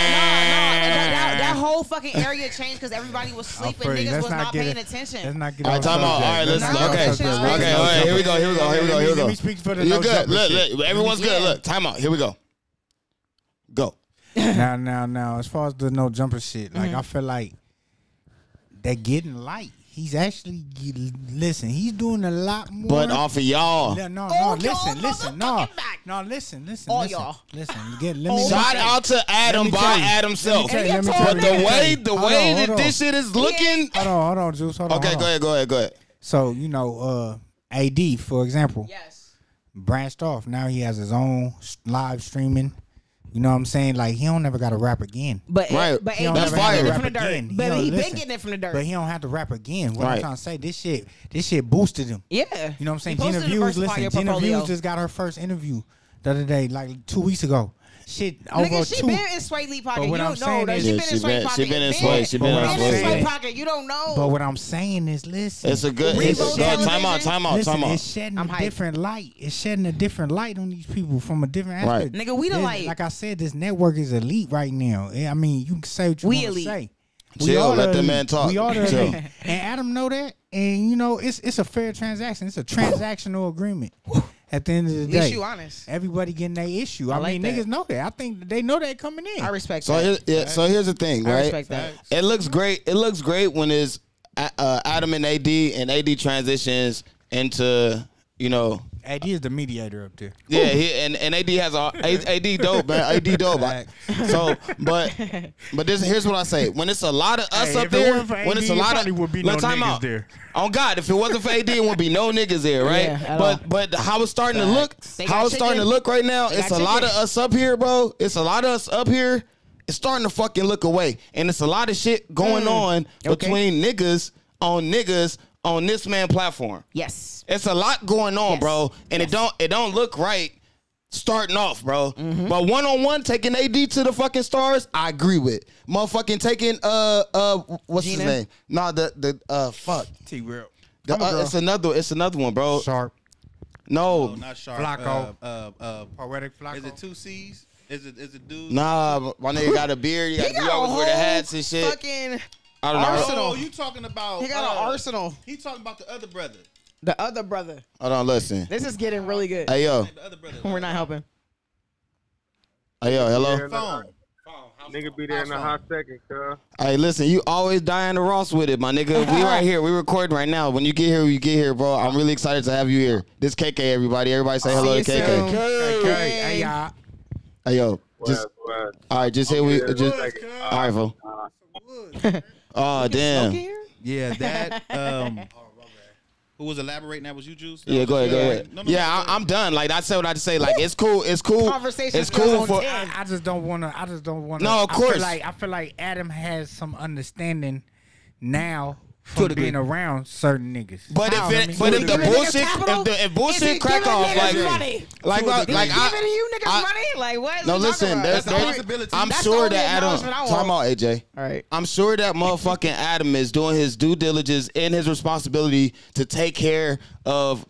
E: That, that- that whole fucking area changed because everybody was sleeping.
F: Alfred,
E: Niggas
F: let's
E: was not
F: get
E: paying
F: it- Let's
E: attention.
F: not get
D: All right,
F: off
D: time out.
F: subject.
D: All right,
F: Let's
D: listen.
F: not
D: Okay,
F: get off
E: listen,
F: subject.
E: listen,
D: okay, all right. Here we go. Here we go. Here we go. Here we go.
F: Let me speak for the
D: You're
F: no
D: good.
F: jumper
D: Look,
F: shit.
D: look. Everyone's good.
E: Yeah.
D: Look, time out. Here we go. Go.
F: Now, now, now, as far as the no jumper shit,
E: Mm-hmm.
F: like I feel like they're getting light. He's actually ge- listen. He's doing a lot more.
D: But uh, off of y'all.
F: no, no,
E: Oh,
F: no. Listen,
E: y'all
F: listen, no,
E: motherfucking back.
F: no. Listen, listen,
E: All
F: listen.
E: y'all.
F: Listen, get. Let me.
D: Shout out to Adam
F: me
D: by
F: tell you.
D: Adam
F: Let me
D: self.
F: tell you,
E: Hey,
F: let me
E: yo,
F: tell
D: But
F: you,
D: the
F: let me tell
D: way
F: you.
D: the
F: Hold
D: way
F: on,
D: that
F: hold
D: this
F: on.
D: shit is looking.
F: Hold on, hold on, Juice. Hold on.
D: Okay,
F: hold
D: go
F: on.
D: ahead, go ahead, go ahead.
F: So you know, uh, AD for example,
E: Yes.
F: branched off. Now he has his own s- live streaming. You know what I'm saying? Like he don't never got to rap again.
E: But
D: Right.
E: but
F: He don't
E: AD
D: That's
F: never
E: been
F: have
D: fire.
F: to
E: getting it from
F: rap
E: the
F: again.
E: dirt.
F: You
E: But
F: know,
E: he been
F: listen,
E: getting it from the
F: But
E: dirt.
F: he don't have to rap again. What
D: Right.
F: I'm trying to say, this shit, this shit boosted him.
E: Yeah.
F: You know what I'm saying?
E: He
F: Gina
E: posted a
F: Views,
E: verse upon
F: listen,
E: your
F: Gina
E: portfolio.
F: Views just got her first interview the other day, like two weeks ago. Shit, over
E: Nigga, she
F: two.
E: been in Sway Lee pocket.
F: But
E: You
F: what I'm
E: don't know
F: saying
E: that.
F: is-
E: She
D: Yeah,
E: been
D: she
E: in Sway
D: been-
E: pocket.
D: she been in Sway, she
F: been in
E: Been in
F: Sway.
E: Sway pocket. You don't
F: but
E: know.
F: what I'm saying is, listen,
D: It's a good. It's a
E: Revo
D: good. Time out.
E: television?
D: Time out.
F: listen,
D: Time
F: it's
D: out.
F: shedding
E: I'm
F: a
E: hyped.
F: different light. It's shedding a different light on these people from a different
D: Right.
F: aspect.
E: Nigga, we the
F: This-
E: light.
F: Like I said, this network is elite right now. Eh, I mean, you can say what you
E: We
F: want to
E: elite.
F: say.
D: Chill,
F: are
D: let
F: the
D: the
F: elite.
D: man talk.
F: We are the
D: Chill.
F: elite. And Adam know that. And you know, it's it's a fair transaction. It's a transactional agreement. At the end of the
E: At
F: day,
E: least you honest.
F: everybody getting their issue. I,
E: like
F: mean,
E: that.
F: niggas know that. I think they know that coming in.
E: I respect
D: So
E: that.
D: here, yeah, so here's the thing,
E: I
D: right?
E: respect that.
D: It looks great. It looks great when it's A- uh, Adam and AD, and AD transitions into you know
F: AD is the mediator up there.
D: Yeah, he, and, and AD has a AD dope, man. AD dope. I- so, but but this here's what I say: when it's a lot of us
F: Hey,
D: up
F: if it
D: there,
F: wasn't for
D: when
F: AD,
D: it's a lot
F: probably
D: of
F: would be
D: Look,
F: no
D: time
F: niggas
D: out.
F: there.
D: On God, if it wasn't for AD, it would be no niggas there, right?
E: Yeah, at
D: but but how it's starting to look,
E: They got
D: how it's starting to
E: chicken.
D: look right now,
E: They
D: it's a
E: got
D: lot of
E: chicken.
D: us up here, bro. It's a lot of us up here. It's starting to fucking look away, and it's a lot of shit going
F: Mm.
D: on between niggas on niggas on this man platform.
E: Yes.
D: It's a lot going on,
E: Yes.
D: bro, and it don't it don't look right starting off, bro.
E: Mm-hmm.
D: But one on one taking AD to the fucking stars, I agree with. Motherfucking taking uh uh what's
E: Gina?
D: his name? Nah, the the uh fuck.
F: T real.
D: The, uh, it's another it's another one, bro.
F: Sharp.
D: No.
H: Oh, not sharp.
F: Flacco.
H: Uh, uh, uh,
F: Poetic Flacco.
H: Is it two C's? Is it is it dude?
D: Nah, my nigga got a beard. He, got,
E: He
D: he,
E: got a
D: always
E: whole
D: wear the hats and shit.
E: fucking.
D: I don't know.
H: Oh, you talking about?
E: He got
H: uh,
E: an arsenal.
H: He talking about the other brother.
E: The other brother.
D: Hold on, listen.
E: This is getting really good.
D: Hey yo,
H: The other brother.
E: We're not helping.
D: hey yo, hello.
H: Phone.
I: Nigga be there in a hot second, cuz.
D: Hey, listen, you always Diana Ross with it, my nigga. We right here. We recording right now. When you get here, you get here, bro. I'm really excited to have you here. This KK, everybody. Everybody say hello
E: See
D: to
E: you
D: KK.
E: soon.
F: Okay. Hey, y'all.
D: Hey, yo. Just,
I: Word,
D: all right, just here we
I: word.
D: just.
I: Like,
D: All right, fool. Oh, damn.
H: Yeah, that. Um, who was elaborating? That was you, Juice.
D: Yeah, go ahead, go ahead.
H: No, no,
D: Yeah,
H: no,
D: I,
H: go ahead.
D: I'm done. Like I said, what I had to say. Like it's cool. It's cool.
E: Conversation
D: It's cool
E: goes
D: for.
E: on ten.
F: I, I just don't want to. I just don't want to.
D: No, of
F: I
D: course.
F: feel like I feel like Adam has some understanding now from
D: To a
F: being
D: degree.
F: around certain niggas.
D: But
F: How,
D: if
F: I mean,
D: it, but if the
E: Giving niggas
D: bullshit,
E: capital?
D: if the if
E: Is
D: bullshit
E: he
D: crack
E: giving
D: off,
E: niggas
D: like,
E: money?
D: like, like,
E: Like,
D: like
E: giving
D: I.
E: you niggas
D: I-
E: money? Like what?
D: No,
E: you talking
D: listen.
E: about?
D: There's,
H: That's the
D: there's,
H: responsibility.
D: I'm
E: That's Um, the
D: sure
E: only
D: that Adam.
E: acknowledgement I
D: Time out,
E: want.
D: AJ.
E: All right.
D: I'm sure that motherfucking Adam is doing his due diligence and his responsibility to take care of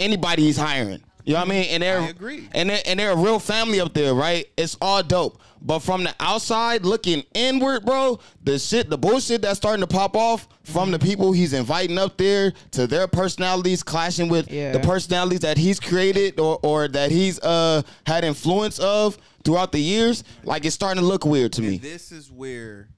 D: anybody he's hiring. You know what I mean? And they're
H: I agree.
D: And they're, and they're a real family up there, right? It's all dope. But from the outside looking inward, bro, the shit, the bullshit that's starting to pop off from the people he's inviting up there to their personalities clashing with
E: Yeah.
D: the personalities that he's created or or that he's uh had influence of throughout the years. Like it's starting to look weird to me.
H: This is where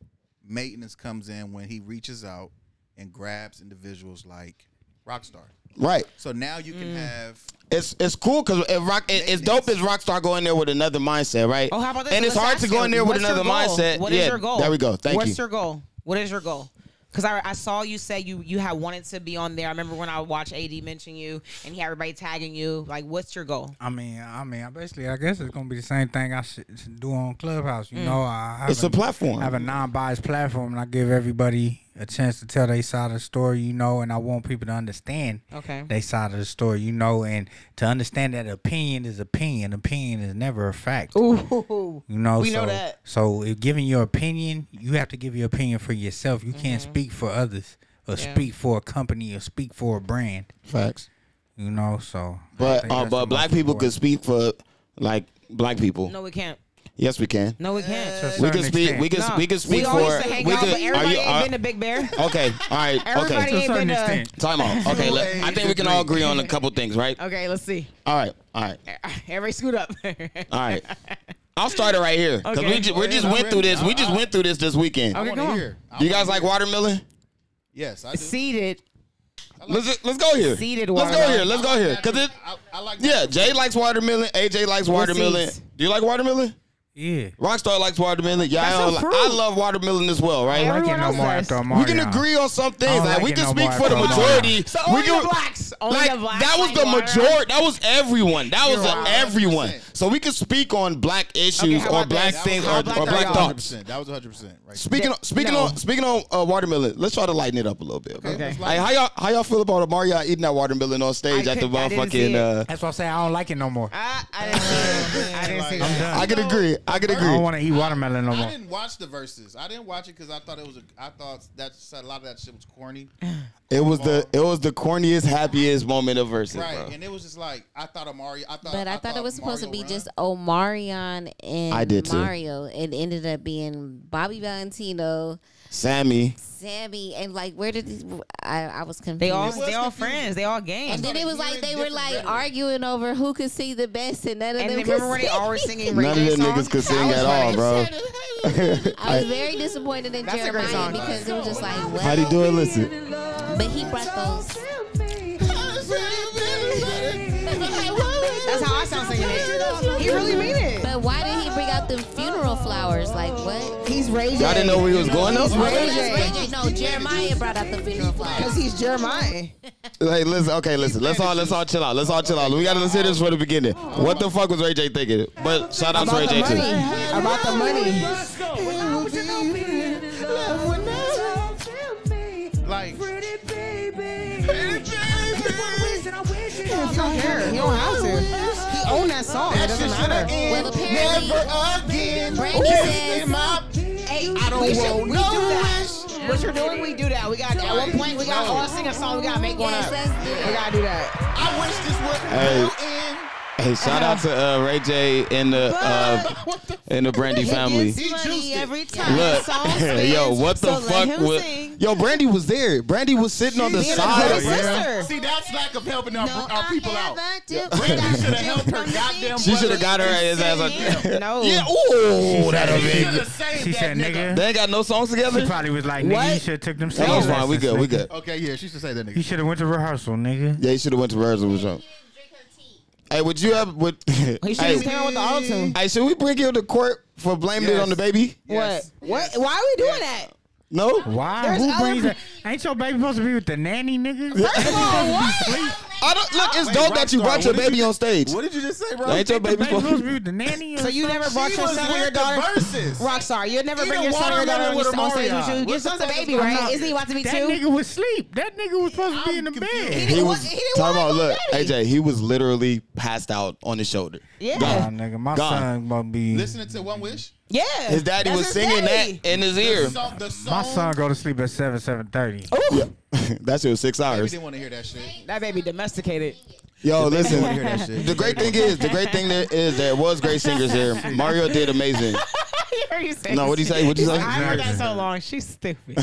H: maintenance comes in when he reaches out and grabs individuals like Rockstar.
D: Right.
H: So now you can have.
D: It's it's cool because it rock it, it's dope as Rockstar going there with another mindset, right?
E: Oh, how about this?
D: And it's
E: Let's
D: hard to
E: ask
D: go
E: you,
D: in there with
E: what's your
D: another
E: goal?
D: mindset.
E: What is
D: Yeah,
E: your goal?
D: There we go. Thank
E: What's
D: you.
E: your goal? What is your goal? Because I, I saw you say you you had wanted to be on there. I remember when I watched AD mention you and he had everybody tagging you. Like, what's your goal?
F: I mean, I mean, I basically, I guess it's gonna be the same thing I should should do on Clubhouse. You know, I have
D: Mm. It's a platform.
F: I have a non-biased platform, and I give everybody a chance to tell their side of the story, you know, and I want people to understand
E: Okay.
F: they side of the story, you know, and to understand that opinion is opinion. Opinion is never a fact.
E: Ooh.
F: You know,
E: We
F: so,
E: know that.
F: So if giving your opinion, you have to give your opinion for yourself. You can't speak for others or
E: Mm-hmm. Yeah.
F: speak for a company or speak for a brand.
D: Facts.
F: You know, so I
D: But
F: think
D: uh,
F: that's the
D: but
F: most
D: black people could
F: important.
D: speak for like black people.
E: No, we can't.
D: Yes, we can.
E: No, we can't.
F: To a
D: We
F: certain
D: can speak. We
F: extent.
D: can.
E: Nah.
D: We can speak
E: we all
D: for.
E: used to hang
D: we
E: out,
D: could-
E: but everybody
D: you-
E: ain't
D: uh,
E: been to Big Bear.
D: Okay. All right.
E: Everybody
F: To a
D: Okay.
E: ain't been
F: certain
E: to-
F: extent.
D: Time out. Okay. let- I think we can all agree on a couple things, right?
E: Okay, let's see.
D: All right. All right.
E: Everybody scoot up. all
D: All right. I'll start it right here. Cause
E: Okay.
D: we just, we just went through this. We just went through this this weekend.
E: Okay,
H: wanna
E: come on.
H: hear. I
D: You
H: wanna
D: guys like
H: hear.
D: watermelon?
H: Yes, I do.
E: Seated.
D: Let's let's go here.
E: Seeded
D: Let's go
E: watermelon.
D: here. Let's go here. Cause it.
H: I, I like.
D: Yeah. Jay likes watermelon. AJ likes watermelon.
E: seeds?
D: Do you like watermelon?
F: Yeah.
D: Rockstar likes watermelon. Yeah,
E: That's a
D: I, don't like-
E: fruit.
D: I love watermelon as well, right?
E: Yeah,
F: I don't like
E: Everyone
F: it no
E: else
F: more
E: does.
F: after a
D: we can
F: Omarion.
D: agree on some
F: I
D: things.
F: don't
D: Like,
F: like
D: we
F: it
D: can
F: no
D: speak
F: more
D: for the
F: after a
D: majority.
E: So only
D: we can,
E: the blacks. Only
D: like
E: the blacks.
D: that was
E: like
D: the
E: water.
D: majority. That was everyone. That was
H: You're
D: a-
H: right.
D: everyone.
H: 100%.
D: So we can speak on black
E: Okay,
D: issues
E: how
D: or
E: about
D: black
E: this?
D: things
E: How
D: or,
E: about
D: or
E: that?
D: black thoughts.
H: 100%. That was 100 percent right.
D: Speaking
E: Yeah,
D: on, speaking
E: no.
D: on speaking on uh, watermelon. Let's try to lighten it up a little bit. bro.
E: Okay.
D: Like how y'all how y'all feel about Omarion eating that watermelon on stage
E: I
D: at the
E: couldn't- I didn't see
D: motherfucking?
E: it.
D: Uh,
F: That's why I say I don't like it no more. I,
E: I, I didn't see it. I didn't see
H: Like-
E: it.
D: I can agree. I can
F: don't
D: agree.
F: want to eat watermelon no
H: I
F: more.
H: didn't watch the verses. I didn't watch it because I thought it was. A, I thought that's a lot of that shit was corny,
D: It was the it was the corniest happiest moment of verses.
H: right?
D: bro.
H: And it was just like I thought Amari. I thought.
G: But I, thought it was supposed to
H: Mario
G: be
H: Run.
G: just Omarion and
D: I did too.
G: Mario. It ended up being Bobby Valentino,
D: Sammy.
G: Sammy, and like where did these? I, I was confused.
E: They all, they
H: was
E: all
H: confusing.
E: friends. They all games.
G: and then
H: started
G: it was like
H: hearing
G: they were
H: different
G: like
H: rhetoric.
G: arguing over who could see the best, and none of
E: And
G: them.
E: then
G: could
E: remember when they
G: sing.
E: always singing Ray
D: None of
E: J
D: them
E: songs?
D: niggas could
E: That
D: sing
E: was
D: at all,
E: funny.
D: bro.
G: I was very disappointed in
E: That's a great
G: Jeremiah
E: song.
G: because it was just like,
D: How do you
G: what?
D: do it? Listen.
G: But he brought those.
E: That's how I sound singing it. He really mean it.
G: But why did he bring out the funeral flowers? Like what?
E: He's Ray J.
D: Y'all didn't know where he was going though?
G: Oh,
E: Ray
G: that's
E: J.
G: Ray J. No, Jeremiah brought out the funeral flowers.
E: Because he's Jeremiah.
D: Hey, listen. Okay, listen. Let's all let's all chill out. Let's all chill out. We gotta let's hear this from the beginning. What the fuck was Ray J thinking? But shout out to Ray
E: About the
D: J
E: money.
D: too.
E: About the money.
H: like.
E: He don't care. He don't have to. He own that song. It doesn't matter.
G: Well, apparently,
H: again.
G: Brandy says,
E: Hey, I don't we should, we do that. What you're doing, we do that. We got at one point we got all sing a song. We gotta make one
G: Yes,
E: up.
G: let's do it.
E: We gotta do that.
H: I wish this would
D: Hey.
H: end.
D: Hey, shout out to uh, Ray J and the uh, and the Brandy family.
H: He juiced
E: every
H: it.
E: time.
D: Look,
E: Song
D: yo,
E: spins,
D: what
E: so
D: the
E: let
D: fuck?
E: him
D: was-
E: sing.
D: yo, Brandy was there. Brandy was sitting on the
E: Being a
D: side.
E: great sister.
H: See, that's lack of helping our, our people out.
G: Brandy
H: Brandy should have helped her goddamn
D: She should
H: brother.
D: have got her ass. ass a-
E: No.
D: yeah. Ooh, that'll
H: She
D: be.
H: should have saved
F: She
H: that
F: said, nigga.
D: They ain't got no songs together.
F: She probably was like, nigga, you
E: What?
F: should have took them
D: That was
F: sales
D: fine. We
F: lessons,
D: good. We
F: nigga.
D: good.
H: Okay, yeah, she should say that
F: You
H: nigga.
F: should have went to rehearsal, nigga.
D: Yeah, you should have went to rehearsal with Trump. Hey, would you have? Would
E: He should
D: hey,
E: have came out with the auto tune.
D: hey, should we bring you to court for blaming it
H: Yes.
D: on the baby?
H: Yes.
E: What? What? Why are we doing that?
D: No,
F: Why?
E: There's
F: Who
E: other
F: brings
E: pe-
F: that? Ain't your baby supposed to be with the nanny, nigga?
E: First of all, what?
D: I don't. Look, it's
H: Wait,
D: dope that you
H: Rockstar,
D: brought your
H: what did
D: baby on stage.
H: What did you just say, bro?
D: Ain't your baby
F: Baby supposed
D: supposed?
F: to be with the nanny? Or
E: So you never brought
H: she
E: your
H: was
E: son or
H: with
E: your
H: the
E: daughter?
H: verses.
E: Rockstar, you'll never
H: Eat
E: bring
H: a
E: your son or your daughter on,
H: watermelon
E: your,
H: with a
E: on stage with
H: Mario.
E: you. Your
H: What
E: son's
H: the
E: a
H: fuck is
E: baby,
H: going
E: right?
H: on?
E: Isn't he about to be
F: that
E: two?
F: nigga was sleep. That nigga was supposed to be
H: I'm
F: in the
H: confused.
F: bed.
D: He
E: He
D: was
E: wa- he didn't
D: talking
E: wanna
D: about.
E: go
D: Look,
E: back.
D: AJ, he was literally passed out on the shoulder.
E: Yeah.
F: Nah,
D: Gone.
F: nigga, my
D: Gone.
F: son gonna be.
H: Listening to One Wish.
E: Yeah.
D: His daddy
E: That's
D: was
E: his
D: singing
E: daddy.
D: that in his
H: The
D: ear.
H: song, the song.
F: my son go to sleep at seven, seven thirty.
D: Yeah. that shit was six
H: Baby
D: hours.
H: didn't want to hear that shit.
E: That baby domesticated.
D: Yo, listen.
H: wanna hear that shit.
D: The great thing is, the great thing there is there was great singers here. Mario did amazing.
E: I heard you say
D: No, what'd you say? What'd you say?
E: I heard that so long. She's stupid.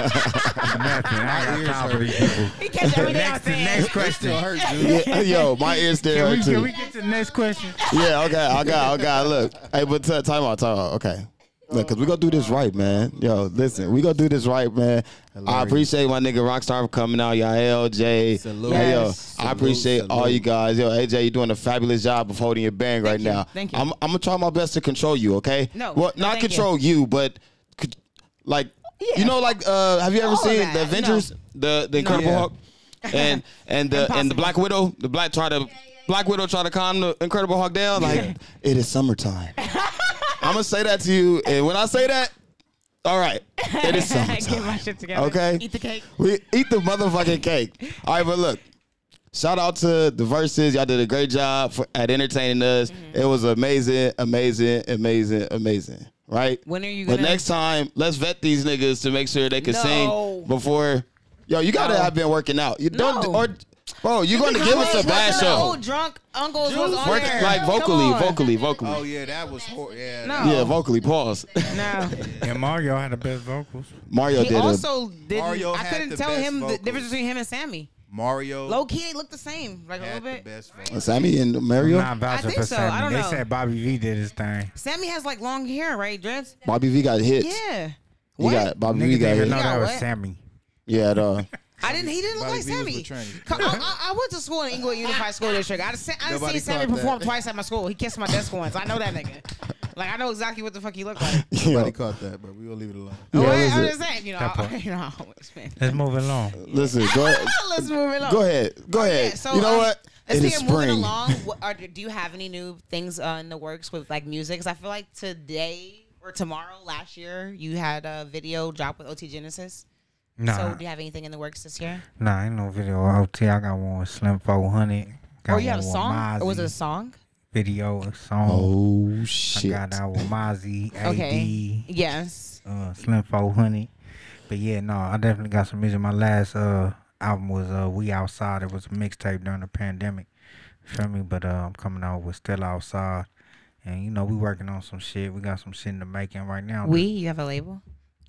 F: Nothing. I got time for these people.
E: he catch everything I'm
F: Next, the
E: saying.
F: next question.
H: Hurt, dude.
D: Yeah, yo, my ears still
F: Can we,
D: hurt
F: can
D: too.
F: we get to the next question?
D: Yeah, okay, I got, I got. Look, hey, but t- time out, time out. Okay, look, cause we gonna do this right, man. Yo, listen, we gonna do this right, man. I appreciate my nigga Rockstar for coming out, y'all. LJ,
H: Salute.
D: Hey, yo,
E: Yes.
D: I appreciate
H: Salute,
D: all
H: salute.
D: you guys. Yo, AJ, you doing a fabulous job of holding your band right
E: you,
D: now.
E: thank you.
D: I'm, I'm gonna try my best to control you. Okay.
E: No,
D: Well,
E: no,
D: not
E: thank you.
D: control you, but. Could, like
E: Yeah.
D: you know, like uh, have you ever
E: All of
D: seen
E: that,
D: the
E: no.
D: Avengers, the the Incredible
H: Yeah.
D: Hulk, and and the and the
E: Impossible.
D: Black Widow, the Black try to Black Widow try to calm the Incredible Hulk down. Like it is summertime. I'm gonna say that to you, and when I say that, All right. It is
E: Get my
D: summertime.
E: shit together.
D: Okay.
E: Eat the cake.
D: We eat the motherfucking cake. All right, but look. Shout out to the verses. Y'all did a great job for, at entertaining us.
E: Mm-hmm.
D: It was amazing, amazing, amazing, amazing. Right?
E: When are you
D: But
E: gonna-
D: next time, let's vet these niggas to make sure they can
E: No.
D: sing before. Yo, you gotta
E: No.
D: have been working out. You don't
E: No.
D: or bro, you gonna give us a bad
E: Because the
D: show.
E: Old drunk uncles was on
D: Work
E: there.
D: like
E: Come
D: vocally,
E: on.
D: vocally, vocally.
H: Oh yeah, that was hor- yeah.
E: No.
D: Yeah, vocally. Pause.
E: No.
F: And Mario had the best vocals.
D: Mario
E: He
D: did a
E: also didn't.
H: Mario
E: I
H: had
E: couldn't
H: the
E: tell
H: best
E: him the
H: vocals.
E: difference between him and Sammy.
H: Mario
E: Low key, they looked the same, like a
H: had
E: little
H: the
E: bit.
H: best vote.
D: Sammy and
F: I'm
D: Mario.
F: not vouching
E: think
F: for
E: so.
F: Sammy.
E: I don't
F: they
E: know.
F: said Bobby V did his thing.
E: Sammy has like long hair, right, Dreads?
D: Bobby V got hits.
E: Yeah.
D: He
E: What?
D: got Bobby V
F: Niggas
D: got
F: didn't even
D: hits.
F: know
E: Yeah,
F: that was
E: what?
F: Sammy.
D: Yeah, duh.
E: I didn't. He didn't look
H: Bobby
E: like
H: V was
E: Sammy.
H: with Trinity.
E: Co- I, I, I went to school in Inglewood Unified School District. I se- I
H: Nobody
E: seen Sammy
H: caught that.
E: perform twice at my school. He kissed my desk once. I know that nigga. Like I know exactly what the fuck he looked like.
H: Nobody caught that, but we gonna leave it alone.
D: Yeah,
E: Well,
D: listen.
E: I'm just saying, you know,
F: That
E: I,
F: part.
E: you know, I always man.
F: Let's move along.
D: Listen, go ahead.
E: Let's move it on.
D: Go ahead. Go ahead.
E: Yeah, so,
D: you know
E: um,
D: what?
E: Let's
D: It
E: see
D: is
E: it moving
D: spring.
E: along. What are, do you have any new things uh, in the works with like music? Because I feel like today or tomorrow, last year, you had a video drop with OT Genesis.
F: Nah,
E: So do you have anything in the works this year?
F: nah, ain't no video OT. I got one with Slim 400. Got
E: or Oh, you had a
F: one with
E: song? Or was it a
F: Mozzie.
E: song?
F: video, a song?
D: Oh
F: I
D: shit.
F: got out with Mozzie, AD,
E: Okay. Yes.
F: uh, Slim 400. But yeah, no, I definitely got some music. My last uh album was uh We Outside. It was a mixtape during the pandemic. Feel me? But uh, I'm coming out with Still Outside. And you know, we working on some shit. We got some shit in the making right now.
E: We. You have a label.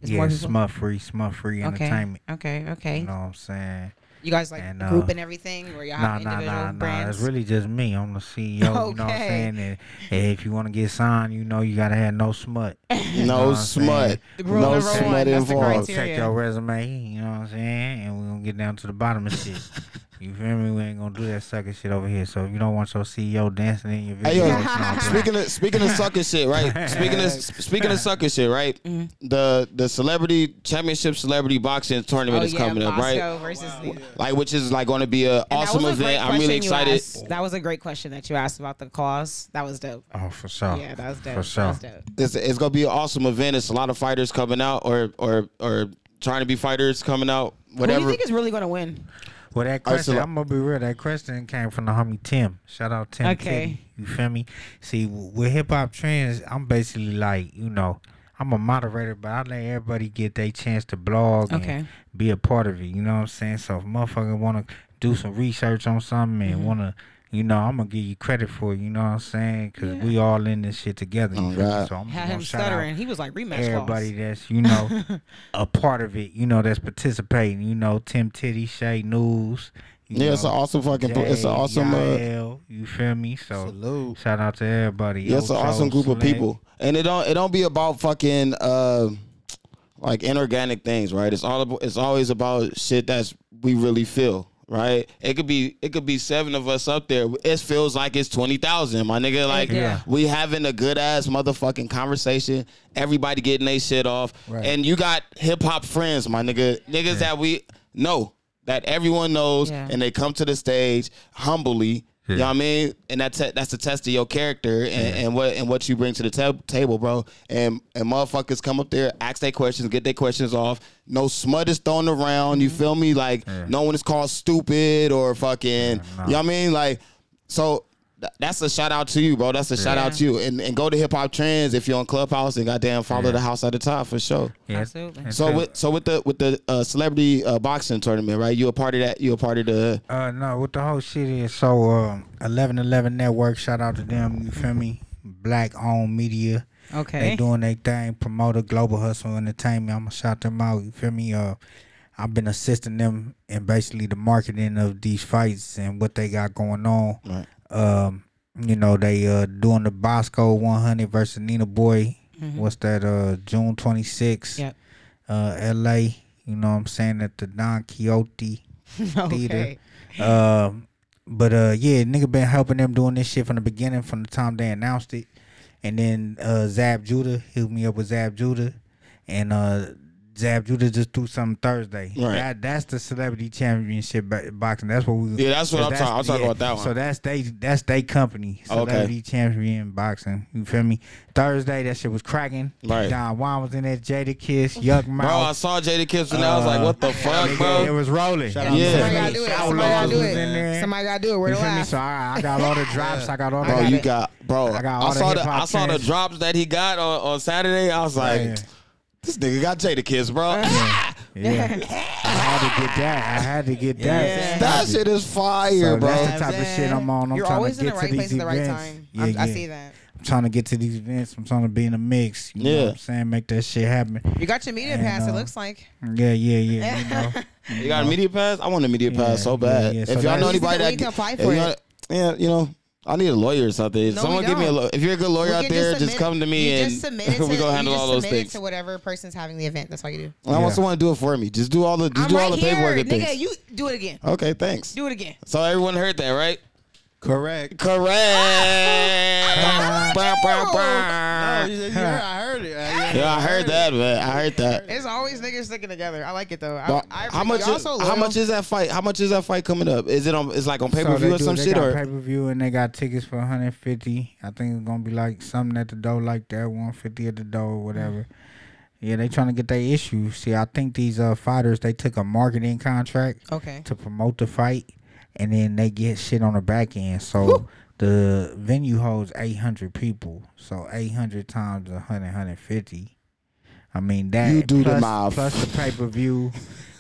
E: It's
F: yeah,
E: more people?
F: Smut Free, Smut Free
E: Okay.
F: Entertainment.
E: Okay.
F: You
E: Okay.
F: know what I'm saying?
E: You guys like
F: And, uh,
E: group and everything, or y'all
F: Nah,
E: have
F: nah,
E: individual
F: nah, nah.
E: brands?
F: It's really just me. I'm the CEO. You know what I'm
E: Okay.
F: saying? And, and if you want to get signed, you know you gotta have no smut. You know what
D: No
F: I'm saying?
D: smut.
E: The rule
D: No
E: number one,
D: smut
E: that's the
D: involved.
E: criteria.
F: check your resume, you know what I'm saying? And we're gonna get down to the bottom of shit. You feel me? We ain't gonna do that sucker shit over here. So if you don't want your CEO dancing in your
D: Hey
F: video,
D: yo,
F: it's not good.
D: speaking of speaking of sucker shit, right? Speaking of speaking of sucker shit, right?
E: Mm-hmm.
D: The the celebrity championship celebrity boxing tournament
E: oh,
D: is
E: yeah,
D: coming up, right?
E: Moscow versus the-
D: Like which is like going to be an
E: And that
D: awesome
E: was a great
D: event. I'm really
E: question you
D: excited.
E: asked. That was a great question that you asked about the cause. That was dope.
F: oh, for sure.
E: Yeah, that was dope.
F: For sure.
E: That was dope.
D: It's, it's gonna be an awesome event. It's a lot of fighters coming out or or or trying to be fighters coming out.
E: Who do
D: Whatever.
E: you think is really going to win?
F: Well, that
D: All right, so
F: question,
D: like-
F: Oh, I'm gonna be real. That question came from the homie Tim. Shout out Tim.
E: Okay.
F: Kitty. You feel me? See, w- with hip hop trends, I'm basically like, you know, I'm a moderator, but I let everybody get their chance to blog
E: Okay.
F: and be a part of it. You know what I'm saying? So if motherfucker wanna do some research on something
E: Mm-hmm.
F: and wanna. You know, I'm gonna give you credit for it, you know what I'm saying? Cause we all in this shit together. you
D: Oh,
F: feel me?
D: God.
F: So I'm
E: Had
F: gonna
E: him
F: shout out
E: stuttering. He was like rematch
F: everybody that's you know a part of it you know that's participating you know tim titty shay news you
D: yeah,
F: know,
D: it's an awesome fucking. it's an
F: Jay,
D: awesome. Uh,
F: Yael, you feel me so
H: Salute.
F: shout out to everybody
D: Yeah, it's an
F: Ocho,
D: awesome group of
F: Select.
D: people, and it don't it don't be about fucking uh, like inorganic things, right? It's all about, it's always about shit that's we really feel, right? It could be it could be seven of us up there. It feels like it's twenty thousand, my nigga. Like
F: Yeah.
D: we having a good ass motherfucking conversation. Everybody getting they shit off, and you got hip hop friends, my nigga, niggas that we know that everyone knows,
E: Yeah.
D: and they come to the stage humbly. You know what I mean? And that's a, that's a test of your character and, and what and what you bring to the tab table, bro. And and motherfuckers come up there, ask their questions, get their questions off. No smut is thrown around. You feel me? Like no one is called stupid or fucking. You know what I mean? Like so. th- That's a shout out to you, bro. That's a shout out to you. And and go to Hip Hop Trends if you're on Clubhouse and goddamn follow the house at the top for sure.
F: yeah.
E: Absolutely.
F: And
D: So with so with the with the uh, celebrity uh, boxing tournament, right? You a part of that? You a part of the?
F: Uh, no, what the whole shit is. So, um, eleven eleven network. Shout out to them. You feel me? Black owned media.
E: Okay.
F: They doing their thing. Promoter Global Hustle Entertainment. I'ma shout them out. You feel me? Uh, I've been assisting them in basically the marketing of these fights and what they got going on. Um, you know they uh doing the Bosco 100 versus Nina Boy. What's that? Uh, June 26th.
E: Mm-hmm. Yep.
F: Uh, L.A. You know what I'm saying at the Don Quixote
E: calls.
F: theater. Um, but uh, yeah, nigga been helping them doing this shit from the beginning, from the time they announced it. And then uh, Zab Judah hit me up with Zab Judah, and uh, Zab Judah just do something Thursday.
D: Right.
F: That, that's the celebrity championship ba- boxing. That's what we.
D: Yeah, that's what I'm talking- I'm talking about that one.
F: So that's they. That's they company.
D: Okay.
F: Celebrity champion boxing. You feel me? Thursday that shit was cracking.
D: Right.
F: Don Juan was in that Jada Kiss. Young
D: Bro, I
F: Mouth.
D: saw Jada Kiss and I was
E: Uh,
D: like, what the fuck,
F: It
D: bro?
F: was rolling.
D: out Yeah. to
E: Somebody gotta do it. Somebody
F: Outlaws
E: gotta do
F: was in
E: it.
F: there.
E: Somebody gotta do it. Where
F: You
E: do
F: feel me?
E: I?
F: So I, I got all the drops. I got all the.
D: Bro,
E: got
D: you
E: it.
D: got bro. I,
F: I got all the
D: saw the
F: hip-hop
D: I saw the
F: trends.
D: drops that he got on, on Saturday. I was Oh, like,
F: Yeah.
D: this nigga got Jada Kiss, bro.
F: Yeah. I had to get that. I had to get that.
E: Yeah.
D: that shit is fire,
F: So
D: bro.
F: that's the type of
E: Zab.
F: shit I'm on. I'm
E: You're
F: trying
E: always
F: to get
E: in the right
F: to
E: place
F: these
E: at the right
F: events.
E: time.
F: Yeah,
E: I'm-
F: yeah.
E: I see that.
F: I'm trying to get to these events. I'm trying to be in the mix. You know
D: Yeah.
F: what I'm saying? Make that shit happen.
E: You got your media
F: And,
E: pass. It
F: uh,
E: looks like.
F: Yeah, yeah, yeah. You know.
D: You got a media pass? I want a media
F: Yeah,
D: pass so bad.
F: yeah, yeah. So
D: If y'all
F: that's-
D: know
F: We
D: anybody
E: can-
D: that
E: we can apply
D: if
E: for
D: y'all-
E: it.
D: yeah, you know, I need a lawyer or something.
E: No, we
D: Someone give me a
E: don't.
D: lawyer. If you're a good lawyer
E: We
D: out
E: can
D: there, just
E: submit-
D: come to me
E: you
D: and
E: just submit it to,
D: we gonna handle
E: you just
D: all those
E: submit it
D: things.
E: to whatever person's having the event. That's all you do.
D: I want
F: Yeah.
D: someone to do it for me. Just do all the just
E: I'm
D: do
E: right
D: all the
E: here,
D: paperwork and
E: nigga.
D: things.
E: You do it again.
D: okay, thanks.
E: Do it again.
D: So everyone heard that, right?
C: Correct.
D: Correct. Bah, bah, bah.
H: Oh, you- you heard- I heard it. I-
D: Yeah, I heard that, man. I heard that.
E: It's always niggas sticking together. I like it though. I,
D: But
E: I,
D: how much?
E: y'all
D: Is,
E: so
D: how
E: loyal.
D: much is that fight? How much is that fight coming up? Is it on? It's like on pay per
F: So they
D: view or
F: do-
D: some
F: they
D: shit
F: got
D: or?
F: pay per view and they got tickets for 150. I think it's gonna be like something at the door like that, 150 at the door or whatever. Yeah, they trying to get their issue. See, I think these uh fighters they took a marketing contract
E: Okay.
F: to promote the fight, and then they get shit on the back end. So the venue holds 800 people. So 800 times 100, 150. I mean that
D: You do the
F: plus-
D: math.
F: plus the pay per view.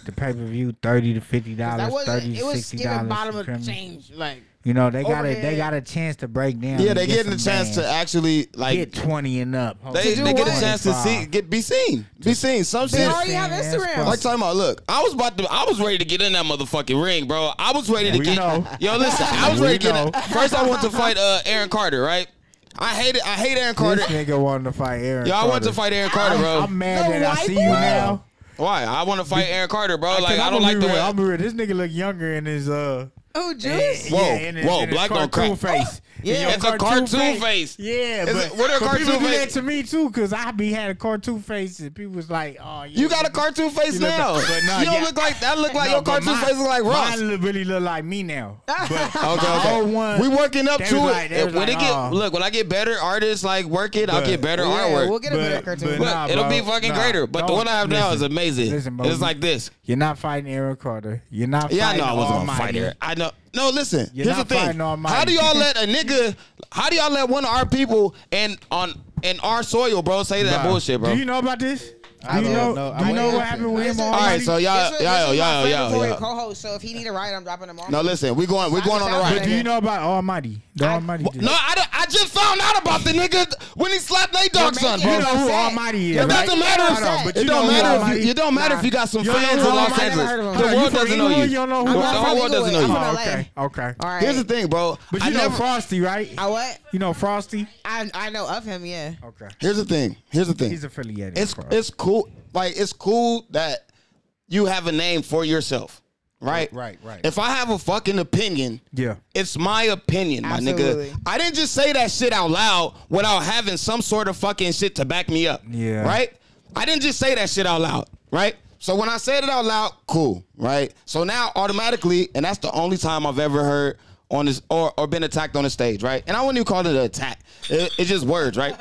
F: The pay per view thirty to fifty dollars,
E: That wasn't.
F: thirty
E: it
F: to
E: was
F: sixty
E: giving
F: dollars.
E: bottom of the change. Like
F: You know, they got it.
E: Overhead.
F: They got a chance to break down.
D: Yeah,
F: and
D: they getting a
F: some
D: chance to
F: bands.
D: actually like
F: get twenty and up.
D: They,
E: do
D: they get a
E: what?
D: chance to see, get be seen, be seen. Some
E: they
D: shit.
E: already have
F: That's
E: Instagram.
F: fine.
D: Like talking about, look, I was about to, I was ready to get in that motherfucking ring, bro. I was ready to
F: We
D: get.
F: know.
D: Yo, listen, I was
F: We
D: ready to get. in-
F: know.
D: First, I want to fight uh, Aaron Carter, right? I hate it. I hate Aaron Carter.
F: This nigga wanted to fight Aaron.
D: Yo, I want
F: Carter.
D: to fight Aaron Carter,
F: I'm-
D: bro.
F: I'm mad
E: The
F: that I
E: white
F: see
E: boy?
F: you now.
D: Why? I want to fight Aaron Carter, bro. Like I
F: I'ma
D: don't like
F: be
D: the
F: real.
D: way.
F: I'm real. This nigga look younger in his uh.
E: oh, juice.
D: Whoa,
F: in his-
D: whoa,
F: in his
D: black don't
F: cartoon
D: crack.
F: face.
E: Yeah,
F: In your
D: it's a cartoon face.
F: Yeah,
D: It's
F: but,
D: a- what a
F: but people
D: cartoon
F: do that
D: face.
F: to me too, cause I be had a cartoon face, and people was like, "Oh, yeah,
D: you got a cartoon face
F: You look-
D: now.
F: but nah,
D: you don't
F: yeah.
D: look like that. Look like
F: No,
D: your
F: but
D: cartoon
F: my-
D: face look like Ross.
F: Mine look- really look like me now. But
D: Okay,
F: my
D: okay.
F: old one,
D: we working up
F: they
D: to it.
F: was like- they was
D: when
F: like,
D: it get
F: "Oh."
D: look, when I get better artists like work it, I'll
F: But-
D: get better
E: Yeah,
D: artwork.
E: we'll get a better cartoon.
D: Look,
F: nah,
D: it'll be
F: bro.
D: fucking
F: Nah,
D: greater. But the
F: don't-
D: one I have now is
F: listen.
D: amazing.
F: Listen, bro,
D: it's
F: you-
D: like this.
F: You're not fighting Aaron Carter. You're not.
D: Yeah, I
F: fighting
D: know I wasn't gonna fight
F: Almighty.
D: her. I know. No, listen.
F: You're
D: here's the
F: not
D: thing.
F: fighting Almighty.
D: How do y'all let a nigga? How do y'all let one of our people and on in our soil, bro, say that
F: Bro,
D: bullshit, bro?
F: Do you know about this?
H: I
F: do you
H: don't know.
F: know?
H: I
F: Do you know
H: wouldn't
F: what happened with him?
E: Listen,
F: on
D: All right,
F: Friday?
D: so y'all,
E: This is-
D: y'all,
E: this is
D: y'all,
E: my
D: y'all,
E: favorite
D: y'all.
E: co-host. So if he need a ride, I'm dropping him off.
D: No, listen. We going. We
E: I
D: going on
E: just
D: the
E: found
D: ride.
E: it.
F: Do you know about Almighty? The Almighty. dude?
D: No, I, don't- I just found out about the nigga when he slapped Nate Dogg son,
E: making
D: bro.
F: You know who
E: upset.
F: Almighty is?
D: It
F: right?
D: doesn't matter.
E: Hold on,
D: If,
E: but
D: it
F: you
D: don't
F: know who
D: matter if
F: Almighty-
D: you, it don't matter if you got some fans in Los
E: Almighty-
D: Angeles.
E: Hold on,
D: The
E: you
D: world
F: from
D: doesn't know you.
F: Illinois? You don't know who
D: The
E: I'm
F: Almighty-
E: from
D: world doesn't know
E: Inglewood.
D: you.
E: I'm
F: Oh,
E: from LA.
F: okay, okay.
E: All right.
D: Here's the thing, bro.
F: But
D: I
F: you know
D: never-
F: Frosty, right?
E: I what?
F: You know Frosty.
E: I I know of him. Yeah.
F: Okay.
D: Here's the thing. Here's the thing.
F: He's affiliated.
D: It's
F: with Frosty.
D: it's cool. Like it's cool that you have a name for yourself, right?
H: Right, right, right.
D: If I have a fucking opinion,
F: yeah.
D: It's my opinion, my
E: Absolutely.
D: nigga. I didn't just say that shit out loud without having some sort of fucking shit to back me up.
F: Yeah.
D: Right? I didn't just say that shit out loud, right? So when I said it out loud, cool, right? So now automatically, and that's the only time I've ever heard on this or, or been attacked on the stage, right? And I wouldn't even call it an attack. It- it's just words, right?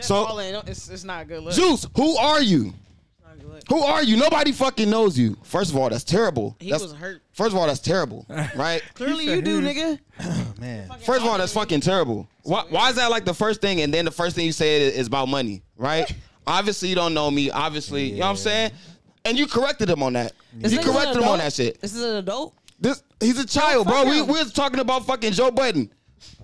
D: so
E: it's, it's not a good look.
D: Juice, who are you?
E: Not a good look.
D: Who are you? Nobody fucking knows you. First of all, that's terrible.
E: He
D: That's-
E: was hurt.
D: First of all, that's terrible, right?
E: Clearly you do, nigga.
D: First of all, that's fucking terrible. Why, why is that like the first thing, and then the first thing you say is, is about money, right? obviously, you don't know me. Obviously, you know what I'm saying. And you corrected him on that. you
E: nigga's an
D: corrected him on
E: adult.
D: that shit.
E: This is an adult.
D: This he's a child,
E: Fuck
D: bro. We
E: him.
D: we was talking about fucking Joe Budden,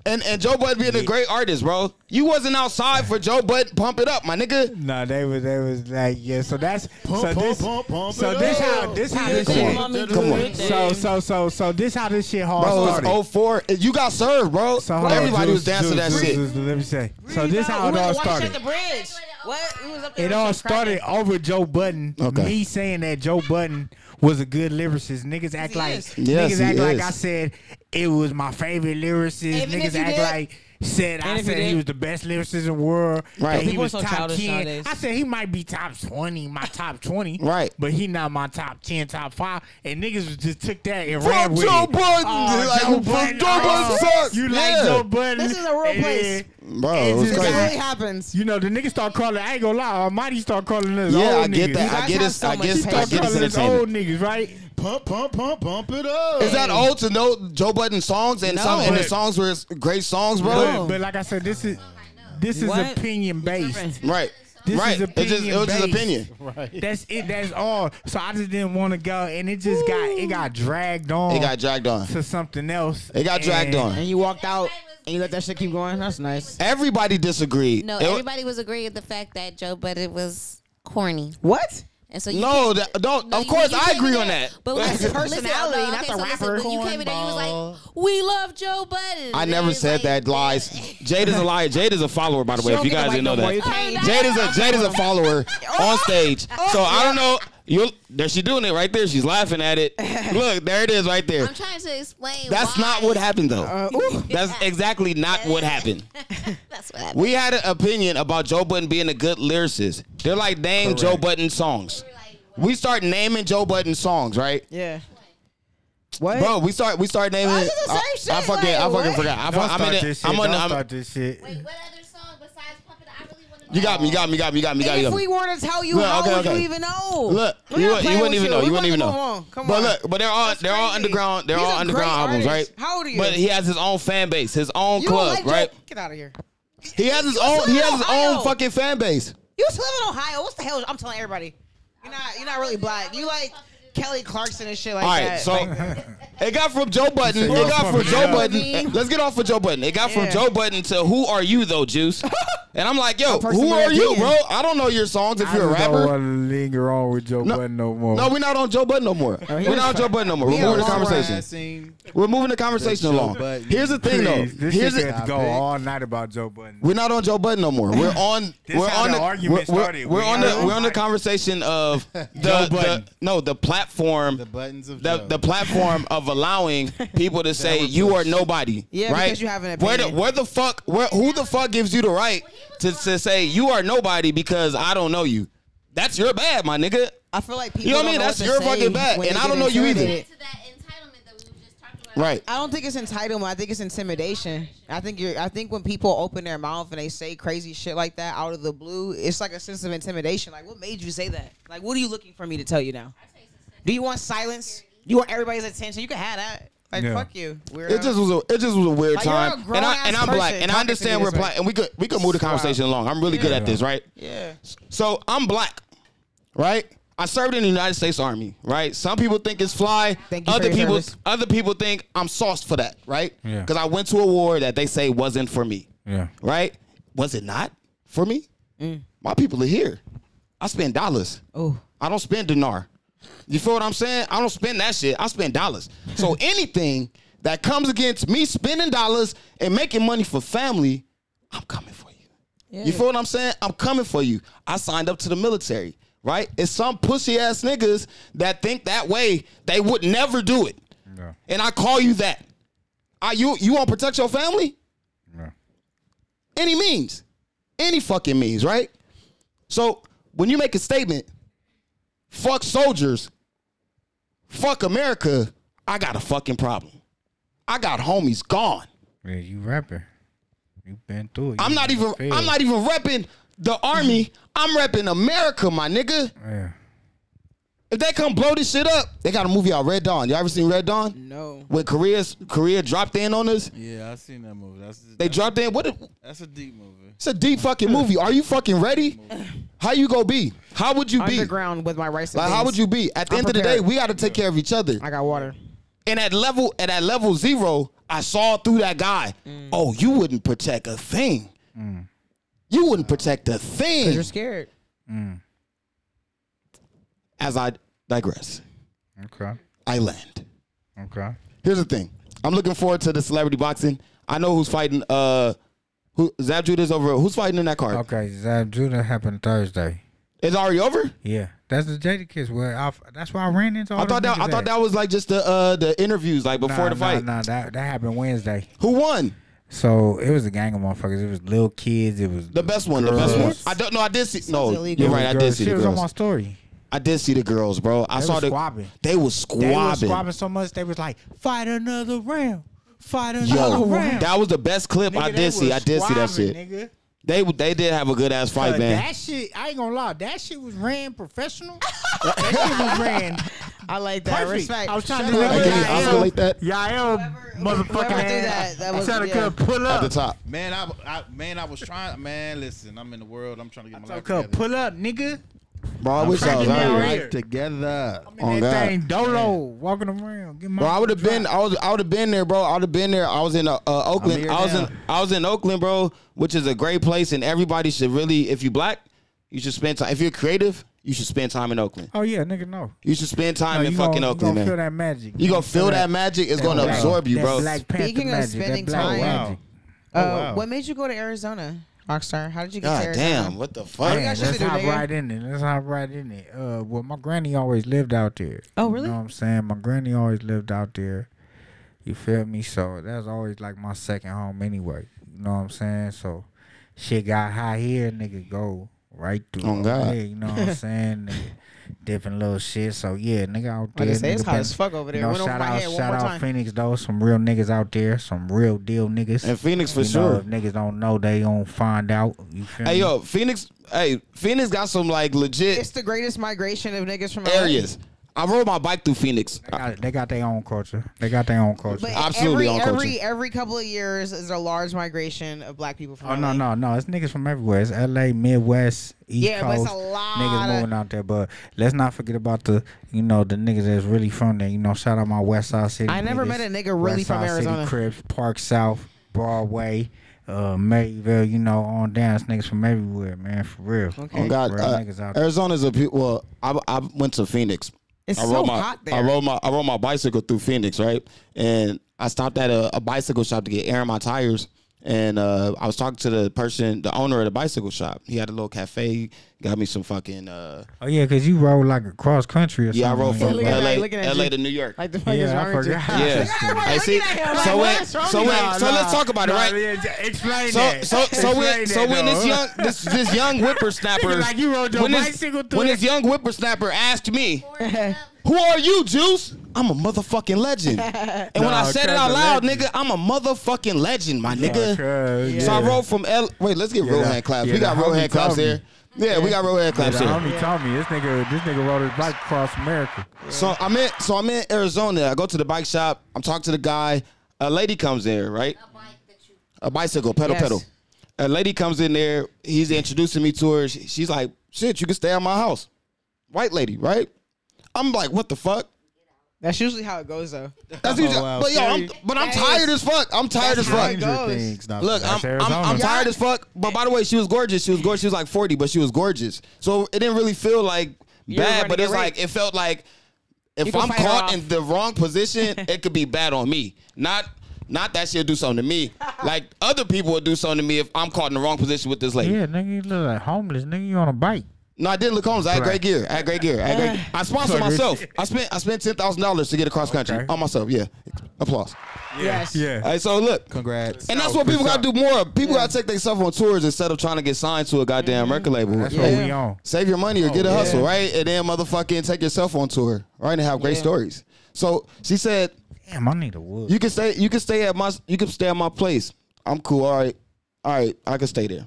D: and and Joe Budden being a great artist, bro. You wasn't outside for Joe Budden. Pump it up, my nigga.
F: No, they was they was like yeah. So that's so
H: pump,
F: this
H: pump, pump
F: so
H: it
F: this
H: up.
F: how this how this
E: Come
F: shit.
E: on.
D: Come on.
F: So so so so this how this shit hard
D: Bro,
F: started.
D: it's 04. You got served, bro.
F: So hold on,
D: Everybody was
F: Zeus,
D: dancing to that
F: Zeus, Zeus,
D: shit.
F: Zeus, let me say. So this how it
E: We
F: all
E: watched at the
F: started.
E: bridge. What? We was up there
F: It
E: with some
F: all started
E: crackhead.
F: over Joe Budden.
D: Okay.
F: Me saying that Joe Budden was a good lyricist. Niggas act
E: He
F: like
E: is.
D: Yes,
F: niggas
D: he
F: act like
D: is.
F: I said it was my favorite lyricist.
E: Even if
F: niggas
E: you
F: act
E: did-
F: like said
E: And
F: I
E: if he
F: said he
E: did-
F: was the best lyricist in the world.
D: Right.
F: that He
E: People
F: was
E: are so
F: top
E: childish
F: ten.
E: nowadays.
F: I said he might be top twenty, my top twenty.
D: Right.
F: But he not my top ten, top five. And niggas was- just took that and
D: Fuck
F: ran with
D: Joe
F: it.
D: Budden.
F: Oh,
D: Like,
F: Joe
D: fuck
F: Budden.
D: Joe Budden
F: Oh,
D: sucks.
F: You
D: Yeah.
F: like Joe Budden?
E: This is a real
F: And
E: place.
D: Bro,
F: It's
D: it was
F: just-
E: That
D: crazy.
E: really happens.
F: You know, the niggas start calling, I ain't gonna lie, Almighty start calling us
D: yeah,
F: old
D: I get
F: niggas.
D: that. I
E: guys
D: get it.
E: have so
D: I
E: much
D: get
F: He
D: it. I
F: start
D: get
F: calling
D: it's
F: us old
D: entertainment.
F: niggas, right?
C: Pump, pump, pump, pump it up.
D: Is that old to know Joe Budden songs and
E: No.
D: some and the
F: But-
D: songs were great songs, bro?
E: No.
F: But, but like I said, this is this is
E: What?
F: opinion based.
D: Right.
F: This
D: right.
F: is
D: it just it was just
F: opinion-based.
D: opinion.
F: That's it. That's all. So I just didn't want to go, and it just got it got dragged on
D: It got dragged on.
F: to something else.
D: It got dragged
F: and-
D: on.
E: And you walked out and you let that shit keep going. That's nice.
D: Everybody disagreed.
G: No,
D: It-
G: everybody was agreeing with the fact that Joe Budden was corny.
E: What?
G: And so you
D: No,
G: can't-
D: that- don't-
G: No,
D: of
G: you-
D: course
G: you
D: I
G: came
D: agree
G: in
D: on
G: there-
D: that.
G: But
E: That's
G: listen,
E: his
G: listen,
E: personality,
G: no, no,
E: not
G: okay,
E: the
G: so listen,
E: rapper.
G: when you came in there, you was like, "We love Joe Budden."
D: I
G: And
D: never
G: it's
D: said
G: like-
D: that. Lies. Jade is a liar. Jade is a follower, by the way.
E: She
D: If
E: don't
D: you
E: get
D: guys
E: to
D: didn't know
E: wipe no more. You
D: that,
E: can't-
D: Jade is a Jade is a follower on stage. So I don't know. You there? She doing it right there. She's laughing at it. Look, there it is, right there.
G: I'm trying to explain.
D: That's
G: why.
D: not what happened,
E: Uh,
D: though. That's exactly not what happened.
G: That's what happened.
D: We had an opinion about Joe Button being a good lyricist. They're like, name Joe Button songs. We start naming Joe Button songs, right?
E: Yeah. What?
D: Bro, we start we start naming.
E: Oh, this is the
D: I,
E: same
D: I
E: shit,
D: fucking I
E: like,
D: fucking
E: what?
D: forgot. I,
F: Don't
D: fu- I'm
F: start
D: in
F: this
D: it.
F: shit.
D: I'm on.
F: Don't
D: I'm,
F: start this shit.
G: Wait, what other song besides Puppet? I really want to.
D: you got me. You got me. You got me. You got me. You got me.
E: if we were to tell you,
D: Look,
E: how
D: okay,
E: would
D: okay.
E: you even know?
D: Look,
E: We're
D: you,
E: not
D: you
E: playing
D: wouldn't
E: with
D: even know. You wouldn't
E: We're
D: even know.
E: fucking move on. Come
D: but
E: on.
D: look, but they're all
E: That's
D: they're all
E: crazy.
D: underground. They're
E: He's
D: all
E: a
D: underground
E: great
D: albums,
E: artist.
D: right?
E: How old are you?
D: But he has his own fan base, his own
E: you
D: club,
E: don't like
D: right?
E: Joe? Get out of here.
D: He has his
E: You
D: own. He
E: live in
D: has his
E: Ohio.
D: own fucking fan base.
E: You used to live in Ohio. What's the hell? I'm telling everybody. You're not. You're not really black. You like Kelly Clarkson and shit like
D: All right,
E: that.
D: so
E: Like,
D: it got from Joe Button. It
F: said y'all
D: got from
F: fucking
D: Joe
F: up.
D: Button. Let's get off of Joe Button. It got from
E: Yeah.
D: Joe Button to "Who Are You Though, Juice?" And I'm like, "Yo,
E: personal
D: who are you,
E: opinion.
D: bro? I don't know your songs if
F: I
D: you're a
F: just don't
D: rapper."
F: want to linger on with Joe
D: No.
F: Budden no more.
D: No, we're not on Joe Button no more.
E: he
D: We're
E: was
D: not on
E: fine.
D: Joe Button no more.
E: He
D: We're
E: had
D: moving the
E: a long
D: conversation.
H: Rising.
D: We're moving the conversation
H: Joe
D: along.
H: Button.
D: Here's the thing,
F: Please,
D: though.
F: this
D: Here's
F: shit got
D: the,
F: to go all night about Joe Budden.
D: we're not on Joe Button no more. We're on.
F: This
D: we're
F: how
D: on
F: the
D: the
F: argument
D: we're, we're-
F: started.
D: We're,
F: We
D: on the
F: gotta-
D: we're on the conversation of the, the
F: Budden.
D: no the platform
H: The buttons of
D: the,
H: Joe.
D: the platform of allowing people to say you are nobody.
E: Yeah,
D: right?
E: because you have an
D: Where the,
E: opinion.
D: where the fuck? Where who the fuck gives you the right to, to say you are nobody because I don't know you? That's your bad, my nigga.
E: I feel like people.
D: You know what I
E: don't
D: mean?
E: what
D: That's
E: to
D: your
E: say
D: fucking bad,
E: when
D: and
E: they
D: I don't
E: get
D: know you either.
E: intimidated.
G: to that entitlement that we were just talking about.
D: Right.
E: I don't think it's entitlement. I think it's intimidation. I think you're. I think when people open their mouth and they say crazy shit like that out of the blue, it's like a sense of intimidation. Like, what made you say that? Like, what are you looking for me to tell you now? Do you want silence? Do you want everybody's attention? You can have that. Like,
F: Yeah.
E: fuck you. Weirdo.
D: It just was a it just was a weird
E: Like, you're a
D: time, and I
E: grown-ass
D: and I'm black,
E: person
D: and I
E: talking
D: understand
E: to me
D: we're
E: this
D: black,
E: way.
D: and we could we could move the conversation along. I'm really good at this, right?
E: yeah.
D: So I'm black, right? I served in the United States Army, right? Some people think it's fly.
E: Thank you for
D: other
E: your
D: people,
E: service.
D: other people think I'm sauced for that, right?
F: Yeah.
D: Because I went to a war that they say wasn't for me,
F: Yeah.
D: right? Was it not for me? My people are here. I spend dollars.
E: Oh.
D: I don't spend dinar. You feel what I'm saying? I don't spend that shit. I spend dollars. So anything that comes against me spending dollars and making money for family, I'm coming for you. You feel what I'm saying? I'm coming for you. I signed up to the military, right? It's some pussy ass niggas that think that way. They would never do it.
F: No.
D: And I call you that. Are you you want to protect your family?
F: No.
D: Any means. Any fucking means, right? So when you make a statement, fuck soldiers, fuck America, I got a fucking problem. I got homies gone.
F: Yeah, you rapper. You been through it.
D: I'm
F: You
D: not
F: been
D: even
F: failed.
D: I'm not e- even repping the army. I'm repping America, my nigga.
F: Yeah.
D: If they come blow this shit up, they got a movie out Red Dawn. Y'all ever seen Red Dawn?
E: No.
D: When Korea's Korea dropped in on us,
H: Yeah, I seen that movie. That's
D: they dropped in. What? A,
H: that's a deep movie.
D: it's a deep fucking movie. Are you fucking ready? How you gonna be? How would you be?
E: Underground with my rice. And
D: Like how would
E: beans.
D: you be? At the
E: I'm
D: end of the
E: prepared.
D: day, we got to take care of each other.
E: I got water.
D: And at level and at level zero, I saw through that guy.
F: Mm.
D: Oh, you wouldn't protect a thing. You wouldn't protect a
E: Cause
D: thing.
E: you're scared.
D: As I digress,
F: Okay.
D: I land.
F: Okay.
D: Here's the thing. I'm looking forward to the celebrity boxing. I know who's fighting. Uh, who Zab Judas over? Who's fighting in that card?
F: Okay. Zab Judah happened Thursday.
D: It's already over.
F: Yeah, that's the Jada kiss. Where I, that's why I ran into. All
D: I thought that.
F: them
D: I
F: niggas
D: thought
F: at.
D: that was like just the uh the interviews like before
F: Nah,
D: the
F: nah,
D: fight.
F: Nah, that that happened Wednesday.
D: Who won?
F: So it was a gang of motherfuckers. It was little kids. It was
D: The best one, the best one.
F: girls.
D: I don't know. I did see. No,
E: illegal.
D: you're right. I did
F: Girls.
D: see
F: She
D: the
F: was on my
D: girls.
F: story.
D: I did see the girls, bro. I
F: They
D: saw
F: was
D: the
F: squabbing.
D: They was
F: They was
D: squabbing.
F: squabbing so much they was like, fight another round, fight another
D: Yo,
F: round.
D: that was the best clip
F: Nigga,
D: I
F: they
D: did see.
F: was
D: I did see that
F: squabbing,
D: shit.
F: Nigga.
D: They they did have a good ass
F: Uh,
D: fight, man.
F: That shit, I ain't gonna lie, that shit was ran professional. that shit was ran.
E: I like that.
F: Perfect.
E: Respect.
F: I was trying
E: Shout
F: to
E: out
F: let
E: Yael.
F: you- I was gonna let
D: that
F: Y'all
E: Whoever-
F: motherfucking
E: whoever did
F: ass.
E: that, that was-
F: trying to
E: yeah.
F: come pull
D: at the
F: up.
D: top.
H: Man, I, I man, I was trying. Man, listen, I'm in the world. I'm trying to get my
F: So
H: life
F: come
H: together.
F: pull up, nigga.
D: Bro, I wish I was
F: cracking
D: out
F: down
D: here.
F: here.
C: together.
D: On
F: that
D: God.
F: thing dolo walking around. Get my
D: Bro, I would have been, I was, I would have been there, bro. I would have been there. I was in uh, uh, Oakland.
C: here
D: I was
C: now.
D: in, I was in Oakland, bro, which is a great place, and everybody should really, if you black, you should spend time. If you're creative, you should spend time in Oakland.
F: Oh yeah, nigga, no.
D: You should spend time
F: no,
D: in
F: you
D: fucking
F: gonna,
D: Oakland,
F: you
D: man.
F: gonna feel that magic.
D: you gonna feel that magic. It's gonna
F: black-
D: absorb you,
F: that
D: bro.
F: Black Panther
E: Speaking of
F: magic, that
E: spending
F: black
E: time-
F: magic.
E: Uh,
C: wow.
E: What made you go to Arizona, Rockstar? How did you get to
D: Oh, God
E: Arizona?
D: damn, what the fuck?
E: got
F: Man,
E: shit
F: let's
E: to do,
F: hop
E: nigga.
F: right in it. Let's hop right in it. Uh, well, my granny always lived out there.
E: Oh,
F: You
E: really?
F: know what I'm saying? My granny always lived out there. You feel me? So that's always like my second home anyway. You know what I'm saying? So shit got hot here, nigga, go right through.
D: Oh,
F: over
D: God.
F: there, you know what I'm saying? Nigga, different little shit. So yeah, nigga out there.
E: Like I say, it's
F: nigga
E: hot
F: been-
E: as fuck over there.
F: You know,
E: Went over
F: shout
E: my
F: out,
E: head one
F: shout
E: more
F: out
E: time.
F: Phoenix though. Some real niggas out there. Some real deal niggas.
D: And Phoenix for
F: you Know,
D: sure.
F: if niggas don't know, they gonna find out. You feel
D: Hey
F: me?
D: yo, Phoenix. Hey, Phoenix got some like
E: It's
D: legit
E: the greatest migration of niggas from LA.
D: areas. I rode my bike through Phoenix.
F: They got, they got their own culture. They got their own culture.
E: But
D: Absolutely on
E: every,
D: culture.
E: every every couple of years is a large migration of black people from
F: oh
E: LA.
F: no, no, no! It's niggas from everywhere. It's L.A., Midwest, East
E: Yeah, but
F: Coast.
E: it's a lot
F: niggas
E: of-
F: moving out there. But let's not forget about the, you know, the niggas that's really from there. You know, shout out my West Side City.
E: I never
F: niggas,
E: met a nigga really
F: West
E: from
F: Side
E: Arizona.
F: City Crips, Park South, Broadway, uh, Maryville. You know, on down. It's niggas from everywhere, man. For real.
E: Okay.
D: Oh God,
F: Real
D: uh,
F: niggas out there.
D: Arizona's a pe- well. I, I went to Phoenix.
E: It's
D: I
E: so
D: my,
E: hot there.
D: I rode my I rode my bicycle through Phoenix, right? And I stopped at a, a bicycle shop to get air in my tires. And uh, I was talking to the person, the owner of the bicycle shop. He had a little cafe. Got me some fucking uh,
F: Oh yeah, cause you roll like across country or
D: yeah. I
F: something.
D: rode
F: like
D: from
E: look
F: that.
E: at
D: L.A.
E: that, looking at
D: L.A.
E: you.
D: to New York.
E: Like the fuck is
F: Yeah, I
E: wrong with you?
F: forgot.
D: Yeah. Hey, see, so when, so when, so let's talk about it,
F: Nah,
D: right?
F: yeah, j- explain
D: So
F: that.
D: so so when
F: Explain
D: so
F: that,
D: when this
F: though.
D: young this this young whippersnapper
F: Nigga, like you rode your
D: when this,
F: bicycle through
D: when
F: the-
D: this young whippersnapper asked me, "Who are you, Juice?" I'm a motherfucking legend. And when I
F: Nah,
D: said it
F: cuz
D: out
F: a
D: loud,
F: legend.
D: nigga, I'm a motherfucking legend, my nigga.
F: Okay,
D: So I
F: yeah.
D: rolled from L. Wait, let's get
F: Yeah,
D: roll
F: the-
D: hand claps.
F: yeah,
D: we got
F: the
D: roll
F: homie
D: hand claps
F: told me.
D: here. Yeah, we got roll hand
F: Yeah,
D: claps
F: the
D: here.
F: homie told me this nigga, this nigga rode his bike across America.
D: So I'm in. So I'm in Arizona. I go to the bike shop. I'm talking to the guy. A lady comes in, right? A bicycle, pedal,
E: Yes.
D: pedal. A lady comes in there. He's introducing me to her. She- She's like, "Shit, you can stay at my house." White lady, right? I'm like, "What the fuck?"
E: That's usually how it goes though.
D: That's usually,
C: wow.
D: but yo, I'm, but I'm tired as fuck. I'm tired as
E: That's how
D: fuck.
E: it goes.
D: Look, I'm,
F: That's
D: I'm, I'm
F: Arizona.
D: tired as fuck. But by the way, she was gorgeous. She was gorgeous. She was like 40, but she was gorgeous. So it didn't really feel like
E: You were
D: bad, but
E: running
D: it's
E: your
D: like,
E: race.
D: it felt like
E: You
D: if
E: can
D: I'm
E: fight her
D: caught
E: off.
D: in the wrong position, it could be bad on me. Not not that she'll do something to me. Like other people will do something to me if I'm caught in the wrong position with this lady.
F: Yeah, nigga, you look like homeless. Nigga, you on a bike.
D: No, I didn't look homeless. I had great
F: Right.
D: gear. I had great gear. I, had
E: Uh.
D: great gear. I sponsored myself. I spent I spent ten thousand dollars to get across country
F: Okay.
D: on myself. Yeah, applause.
E: Yes.
D: All right, so look,
C: Congrats.
D: And that's what people gotta do more. of. People gotta take themselves on tours instead of trying to get signed to a goddamn record label.
F: That's
D: Hey,
F: what Oh, we on.
D: Save your money or get a hustle, right? And then motherfucking take yourself on tour, right? And have great stories. So she said,
F: Damn, I need a wood.
D: "You can stay. You can stay at my. You can stay at my place. I'm cool. All right, all right. I can stay there."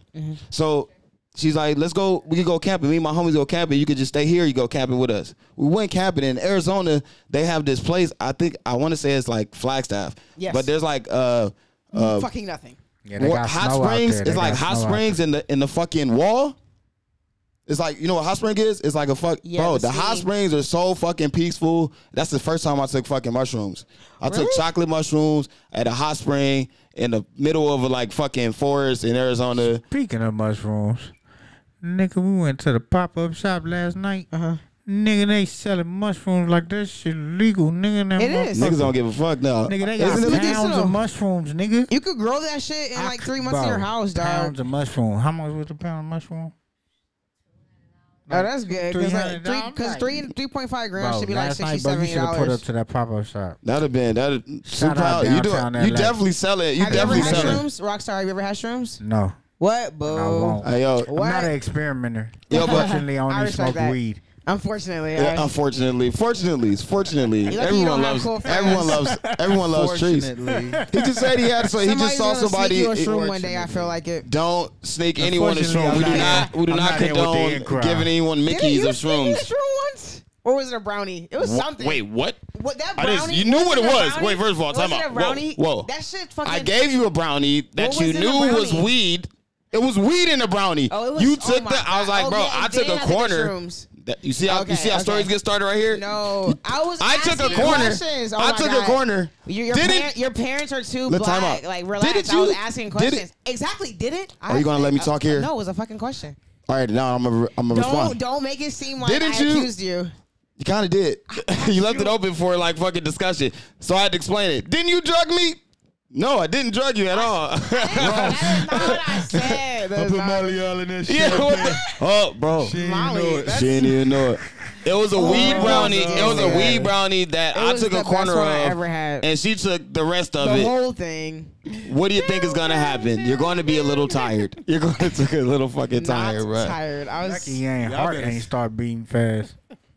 D: So she's like, "Let's go. We can go camping. Me and my homies go camping. You could just stay here. You go camping with us." We went camping in Arizona. They have this place. I think I want to say it's like Flagstaff.
E: Yes.
D: But there's like uh. uh
E: Fucking nothing.
F: yeah, they
D: Wa-
F: got
D: hot
F: snow out
D: springs
F: there. They
D: it's like
F: got
D: hot
F: snow out
D: springs in the in the fucking wall it's like you know what hot spring is it's like a fuck
E: Yeah,
D: bro
E: the
D: the hot
E: sea.
D: springs are so fucking peaceful that's the first time i took fucking mushrooms i took
E: Really?
D: chocolate mushrooms at a hot spring in the middle of a like fucking forest in arizona
F: there. Speaking of mushrooms, nigga, we went to the pop up shop last night. Uh huh. Nigga, they selling mushrooms like that shit legal, nigga. and that
E: It is.
F: motherfucker-
D: niggas don't give a fuck now
F: Nigga, they
D: Isn't
F: got
D: it-
F: pounds
E: Medicinal.
F: of mushrooms, nigga.
E: You could grow that shit in like three months in
F: Bro,
E: your house,
F: Pounds
E: dog.
F: of mushroom. How much was the pound of mushroom?
E: Oh, that's good. Because like,
F: $300,
E: three, cause
F: right.
E: three, 3.5 grams
F: Bro,
E: should be like
F: last night, bro,
E: 67
F: you should have put up
E: dollars.
F: to that pop up shop.
D: That'd have been that. You
F: Shout out downtown
D: do- you
F: LA.
D: definitely sell it. You
E: Have you ever
D: definitely
E: had
D: sell it.
E: shrooms? Rockstar, have you ever had shrooms?
F: No,
E: What, boo?
F: I won't.
D: Hey, yo,
E: What?
F: I'm not an experimenter.
D: Yo, but-
F: Unfortunately, I
E: I
F: only
E: respect
F: smoke
E: that.
F: weed.
E: Unfortunately,
D: Yeah, uh,
E: I-
D: unfortunately, fortunately, fortunately,
E: you
D: everyone
E: don't have
D: loves
E: cool friends.
D: everyone loves everyone loves trees.
J: Fortunately,
D: He just said he had so he just
E: somebody's
D: saw
E: gonna sneak
D: somebody.
E: you a
D: it-
E: shroom one day. I feel like it.
D: Don't sneak anyone a
F: Unfortunately,
D: shroom. We
F: I'm
D: do
F: not
D: not we do
F: in.
D: not
F: I'm not in with the
D: condone
F: in crowd.
D: giving anyone Mickeys
E: you
D: or shrooms.
E: a shroom once? Or was it a brownie? It was
D: Wha-
E: something.
D: Wait, what?
E: What, that
D: I
E: brownie?
D: didn't- you knew what it
E: a
D: was.
E: brownie?
D: Wait, first of all, time
E: Was it
D: out. Whoa,
E: a brownie?
D: whoa.
E: That shit fucking.
D: I gave you a brownie that
E: What
D: you
E: was in the
D: knew was
E: brownie?
D: weed. It was weed in the brownie.
E: Oh, it was,
D: you
E: oh
D: took
E: my
D: the. I was
E: God.
D: like,
E: Oh,
D: bro,
E: yeah,
D: I
E: and then
D: took a
E: had to get
D: corner.
E: shrooms.
D: That- you see how
E: Okay,
D: you see how
E: okay.
D: stories get started right here.
E: No, I was.
D: I took a
E: asking
D: corner.
E: questions. Oh
D: I
E: my
D: took a
E: God.
D: corner.
E: Your, your,
D: Did
E: par-
D: it-
E: your parents are too
D: Look, time
E: black.
D: out.
E: Like
D: Did
E: relax.
D: it
E: I was
D: you-
E: asking
D: did it-
E: questions. Exactly. Did it?
D: Are you gonna let me talk here?
E: No, it was a fucking question.
D: All right, now I'm gonna I'm gonna
E: Don't
D: respond.
E: don't make it seem like
D: Didn't
E: I
D: you-
E: accused you.
D: You kind of did. you left it open for like fucking discussion, so I had to explain it. Didn't you drug me? No, I didn't drug you at all.
E: That is not what I said. That
J: I Oh.
E: is
J: put
E: not-
J: Molly all in this shit.
D: yeah. What the- oh, bro.
J: She ain't
E: Molly,
J: know it.
E: that's-
D: She didn't even know it. It was a weed
E: no,
D: brownie.
E: no,
D: it was a
E: no.
D: weed brownie that
E: It
D: I
E: was
D: took
E: the
D: a
E: best
D: corner
E: one
D: of,
E: I ever had.
D: and she took the rest of
E: the
D: it.
E: whole thing.
D: what do you think is gonna happen? You're going to be a little tired. You're going to be a little fucking tired,
E: not
D: bro.
E: tired. I was.
F: He ain't
J: Y'all
F: heart
J: better-
F: ain't start beating fast.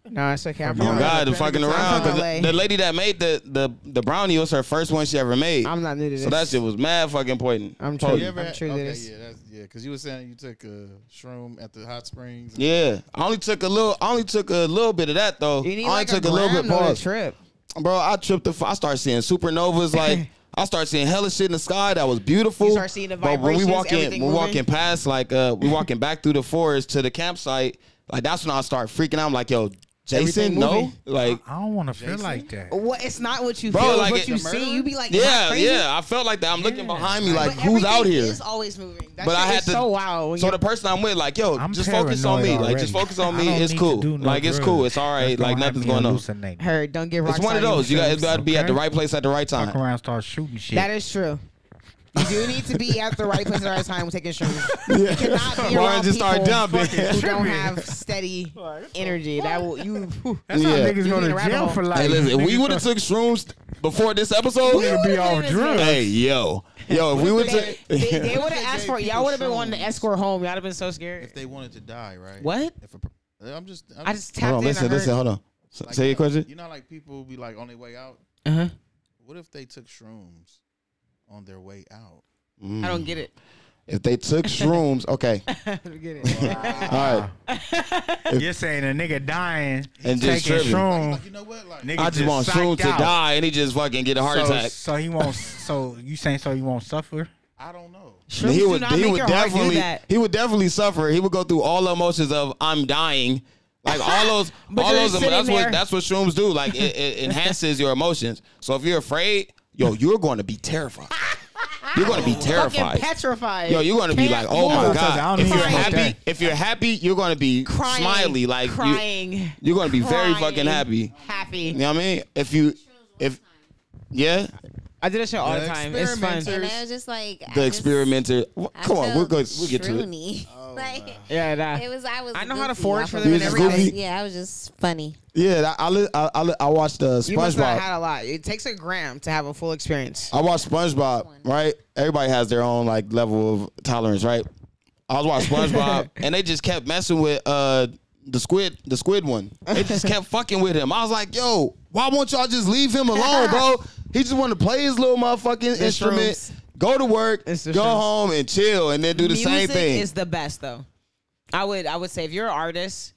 E: No, it's okay. I'm
D: Oh
E: not-
D: God, the
J: Panic
D: fucking
J: attack.
D: around. 'cause
E: LA.
D: the, the lady that made the, the the brownie was her first one she ever made.
E: I'm not new to this.
D: so that shit was mad fucking potent.
E: I'm
D: Potent.
E: true.
J: You ever
E: I'm
J: had-
E: true to
J: okay,
E: this.
J: yeah, that's yeah. Because you were saying you took a shroom at the hot springs.
D: Yeah, I only took a little. I only took a little bit of that though.
E: You need
D: I only
E: like
D: took
E: a,
D: a, little
E: gram
D: bit
E: though to
D: more.
E: trip.
D: Bro, I tripped the. f- I started seeing supernovas. Like I started seeing hella shit in the sky that was beautiful.
E: You start seeing the
D: But when we
E: vibrations,
D: walking,
E: everything
D: we're
E: moving.
D: walking past. Like uh, we walking back through the forest to the campsite. Like that's when I start freaking out. I'm like, yo, Jason,
E: Everything
D: no,
E: moving.
D: like.
F: I don't want to feel like
D: Oh,
F: that.
E: What? It's not what you
D: Bro,
E: feel.
D: like
E: Like what
D: it-
E: you
D: The
E: see. You be like, am I
D: Yeah,
E: crazy?
D: yeah, I felt like that. I'm looking behind me, like
E: But
D: who's out
E: everything
D: here?
E: Is always moving. That
D: But I
E: shit
D: had
E: is
D: to-
E: So wow. When
D: So
E: you're-
D: the person I'm with, like, yo,
F: Oh, I'm
D: just focus on me.
F: paranoid
D: Like, just
F: already.
D: focus on
F: I
D: me.
F: don't
D: It's
F: need
D: cool.
F: to do no
D: like, it's
F: drugs.
D: cool. It's all right.
F: That's
D: Like,
F: gonna have
D: nothing's
F: me
D: going on.
F: hallucinating.
E: heard, don't get rock.
D: It's one of those. You got, it's got to be at the
F: Okay.
D: right place at the right
F: Fuck
D: time.
F: around, start shooting shit.
E: That is true. You do need to be at the right place at the right time with taking shrooms. You cannot be
D: Lauren
E: around
D: just started
E: people
D: jumping.
E: who don't have steady energy. That will you. whew.
F: That's how
D: Yeah.
F: niggas
E: You
F: go
E: be in a
F: to
E: rabbit
F: jail
E: hole.
F: for life.
D: Hey, listen, if we
F: Niggas
D: would have took shrooms before this episode,
F: fucking be off drugs.
D: hey, yo, yo, if we would
E: They, they,
D: have.
E: they would have asked for y'all. Would have been wanting to escort home. Y'all have been so scared.
J: If they wanted to die, right?
E: What?
J: If a, I'm just. I'm
E: I just tapped
D: Hold on,
E: in.
D: listen,
E: I heard,
D: listen, hold on. S-
J: like,
D: Say your
J: you know-
D: question.
J: You know, like people be like on their way out.
E: Uh-huh.
J: What if they took shrooms on their way out?
E: I don't get it.
D: If they took shrooms, okay,
E: I don't get it.
D: all right,
F: You're saying a nigga dying
D: and just
F: taking
D: tripping.
E: Oh.
F: shrooms.
J: Like, you know what? Like,
F: Nigga
D: I just want shrooms
F: psyched
D: to
F: out.
D: die, and he just fucking get a heart
F: so,
D: attack.
F: So he won't. So you saying so you won't suffer?
J: I don't know.
E: Shrooms do not make your heart do that.
D: he would definitely suffer. He would go through all the emotions of I'm dying, like all those
E: But
D: all
E: you're
D: those.
E: sitting
D: That's what
E: there.
D: that's what shrooms do. Like it, it enhances your emotions. So if you're afraid, yo, you're going to be terrified. You're going to be terrified.
E: Fucking petrified.
D: Yo, you're gonna be like,
E: Can't
D: oh my
E: move.
F: Because I
D: god!
F: don't
D: If
F: need
D: you're
F: to
D: happy,
F: understand.
D: if you're happy, you're gonna be
E: Crying,
D: smiley, like
E: crying,
D: You, are gonna be very
E: crying,
D: fucking happy.
E: happy.
D: You know what I mean? If you, if, yeah,
E: I did that shit all the time. It's fun.
G: And I was just like I
D: the
G: just-
D: experimenter.
G: I
D: Come on,
G: felt
D: we're good. We get to it.
G: shroomy. like
E: Yeah,
G: it
E: nah.
G: was. I was.
E: I know how to
G: goofy.
E: forage
G: I
E: for
G: felt
E: them and
G: goofy.
D: everything.
G: I was- Yeah, I was just funny.
D: Yeah, that- I li- I I, li- I watched uh,
E: You must have
D: SpongeBob.
E: had a lot. It takes a gram to have a full experience.
D: I watched SpongeBob. Right, everybody has their own like level of tolerance, right? I was watching SpongeBob, and they just kept messing with uh the squid, the squid one. They just kept fucking with him. I was like, yo, why won't y'all just leave him alone, bro? He just want to play his little motherfucking
E: The
D: instrument,
E: shrooms.
D: go to work, go
E: It's the shrooms.
D: home, and chill, and then do the
E: Music
D: same thing.
E: is the best though. I would I would say if you're an artist,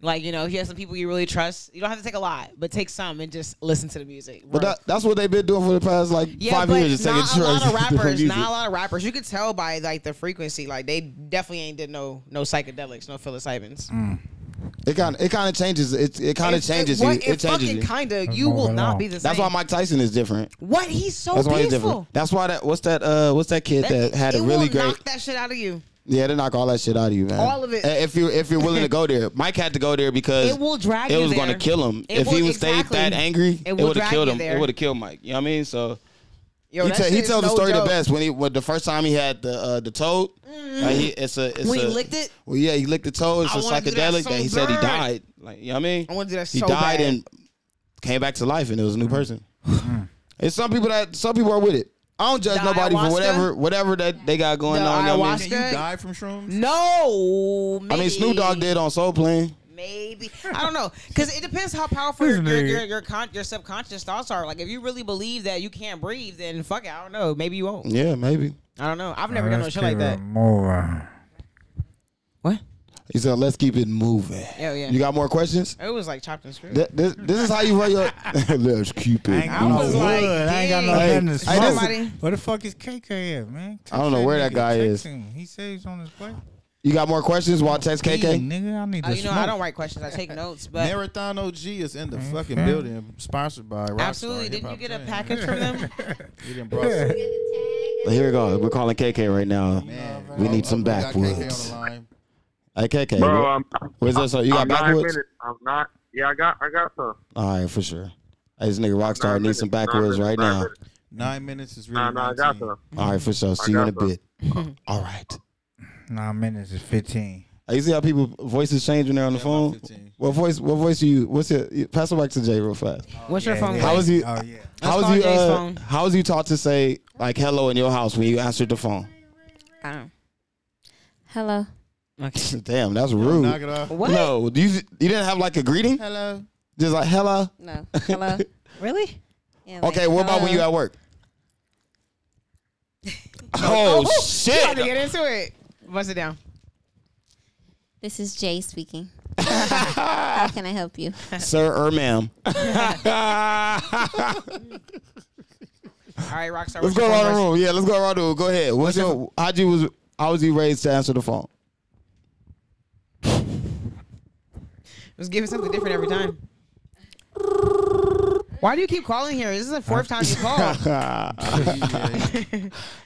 E: like you know, if you have some people you really trust, you don't have to take a lot, but take some and just listen to the music.
D: but
E: bro.
D: that, that's what they've been doing for the past like five years. Just taking
E: not a
D: drugs and
E: lot of
D: doing
E: rappers,
D: music.
E: not a lot of rappers. You could tell by like the frequency, like they definitely ain't did no no psychedelics, no psilocybins.
D: It kind of it kind of changes. It it kind of
E: It's- it-
D: Mm. changes
E: what-
D: you. It, changes
E: fucking
D: you.
E: kinda. You will
F: moving
E: not
F: along.
E: be the same.
D: That's why Mike Tyson is different.
E: What he's so
D: That's why he's
E: peaceful.
D: different. That's why that what's that uh what's that kid that, had
E: it
D: a really
E: will
D: great
E: knock that shit out of you.
D: yeah they knock all that shit out of you man
E: All of it.
D: Uh, if you if you're willing to go there Mike had to go there because
E: It will drag
D: it
E: you
D: was
E: there.
D: gonna kill him
E: It
D: if
E: will-
D: he was stayed
E: exactly.
D: that angry
E: It
D: it,
E: will
D: would have
E: drag
D: killed
E: you
D: him
E: there.
D: it would have killed Mike you know what I mean so
E: Yo,
D: he,
E: that
D: te-
E: shit
D: he
E: is
D: tells the
E: no
D: story
E: joke. Mm-hmm.
D: the best when he when the first time he had the uh, the toad. like, he- it's a it's
E: When he
D: a-
E: licked it?
D: Well, yeah, he licked the toad. It's
E: I
D: a
E: wanna do that
D: psychedelic
E: so
D: that he said he
E: bad.
D: died. Like you know what I mean?
E: I wanna do that
D: He
E: so
D: died
E: bad.
D: and came back to life, and it was a
E: Mm.
D: new person. and some people that some people are with it. I don't judge
E: The
D: nobody
E: ayahuasca?
D: for whatever whatever that they got going
E: The
D: on. you know what I,
E: ayahuasca?
D: mean?
J: Can you die from shrooms?
E: No,
D: I
E: maybe.
D: mean, Snoop Dogg did on Soul Plane.
E: Maybe I don't know because it depends how powerful your
F: This
E: your
F: nigga.
E: your, your, con- your subconscious thoughts are. Like if you really believe that you can't breathe, then fuck it. I don't know. Maybe you won't.
D: Yeah, maybe.
E: I don't know. I've never done no shit like that.
F: More.
E: What?
D: He said, "Let's keep it moving."
E: Hell yeah.
D: You got more questions?
E: It was like chopped and screwed.
D: Th- This, this is how you run your. Let's keep
F: I
D: it.
F: ain't
E: I
F: got no
E: was
F: wood.
E: like,
F: I ain't got no
E: dang.
D: Hey, hey,
F: nothing to
D: this is-
F: smoke.
E: Somebody-
F: Where the fuck is KK at, man?
D: I don't know where that
F: nigga.
D: guy
F: Text
D: is.
F: Him. He says on his way.
D: You got more questions? While text
F: Hey,
D: KK.
F: nigga, I need
E: Oh,
F: to
E: you know,
F: smoke.
E: I don't write questions. I take notes. But Mm-hmm.
J: Marathon OG is in the fucking
F: Okay.
J: building, sponsored by Rockstar.
E: absolutely, did
J: Hip
E: you
J: Hop
E: get a
J: Jam.
E: package from them?
J: You didn't brought some.
D: Here we go. We're calling KK right now.
J: uh,
D: We need some backwoods. Hey KK,
I: Bro,
D: wh-
I: I'm,
D: where's that? So you got
I: I'm nine
D: backwoods?
I: minutes. I'm not. Yeah, I got. I got some.
D: All right, for sure. Hey, this nigga Rockstar
I: Nine
D: needs some
I: minutes,
D: backwoods
I: nine
D: right
I: minutes, nine
D: now.
I: minutes.
J: Nine minutes is really.
I: Nah, nah, I
J: 19.
I: got some.
D: All right, for sure. See you in a
I: got
D: bit. All right.
F: Nine minutes is fifteen.
D: Hey, You see how people voices change when they're on the
J: Yeah, about
D: phone?
J: 15.
D: What voice? What voice are you? What's your? you- Pass it back to Jay real fast.
E: What's your phone?
D: How
E: like?
D: was you?
F: Oh yeah.
D: How was
E: call
D: you?
E: Jay's
D: Uh,
E: phone.
D: how was you taught to say like hello in your house when you answered the phone?
G: Um, hello.
D: Damn, that's rude.
J: Knock it off.
E: What?
D: No, do you you didn't have like a greeting?
J: Hello.
D: Just like hello.
G: No. Hello. really? Yeah, like,
D: Okay, what about when you
E: uh,
G: hello.
D: at work? oh
E: About to
D: shit!
E: get into it. Bust it down.
G: This is Jay speaking. How can I help you?
D: Sir or ma'am.
E: All right,
D: Let's
E: Rockstar. what's
D: go
E: your
D: around the
E: phone verse?
D: room. Yeah, let's go around the room. Go ahead. What's your how'd you was how was you raised to answer the phone?
E: Let's give it something different every time. Why do you keep calling here? This is the fourth time you call. I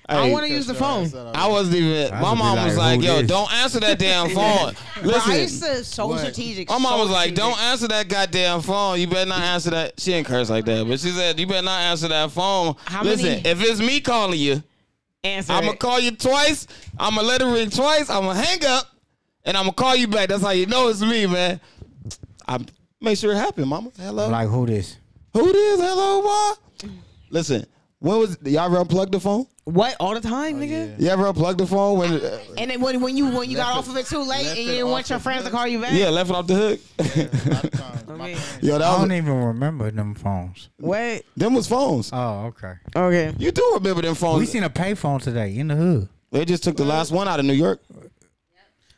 D: Hey,
E: want to use the phone.
D: I wasn't even my
F: would be
D: mom
F: like,
D: was like,
F: who
D: yo,
F: this?
D: don't answer that damn phone.
E: Bro, I used
D: Listen.
E: to so strategic.
D: My mom
E: so
D: was like,
E: strategic.
D: "Don't answer that goddamn phone. You better not answer that." She didn't curse like that, but she said, "You better not answer that phone."
E: How many-
D: Listen, if it's me calling you,
E: answer.
D: I'm gonna
E: it.
D: call you twice. I'm gonna let it ring twice. I'm gonna hang up, and I'm gonna call you back. That's how you know it's me, man. I make sure it happened, Mama. Hello,
F: Like who this?
D: who this? Hello, boy. Listen, when was y'all ever unplugged the phone?
E: What all
J: Oh,
E: the time, nigga?
D: You ever unplugged the phone when? Uh,
E: And then when, when you when you got off of it too late
J: left
E: and you
J: it
E: didn't want
J: off
E: your
J: the
E: friends to
J: hook.
E: call you back.
D: yeah, left it off the hook.
E: Okay.
D: Yo,
F: I
D: that
F: don't
D: was,
F: even remember them phones.
E: What?
D: them was phones.
F: Oh, okay.
E: Okay.
D: You do remember them
F: Oh, We
D: phones?
F: seen a payphone today in the hood.
D: They just took the last one out of New York.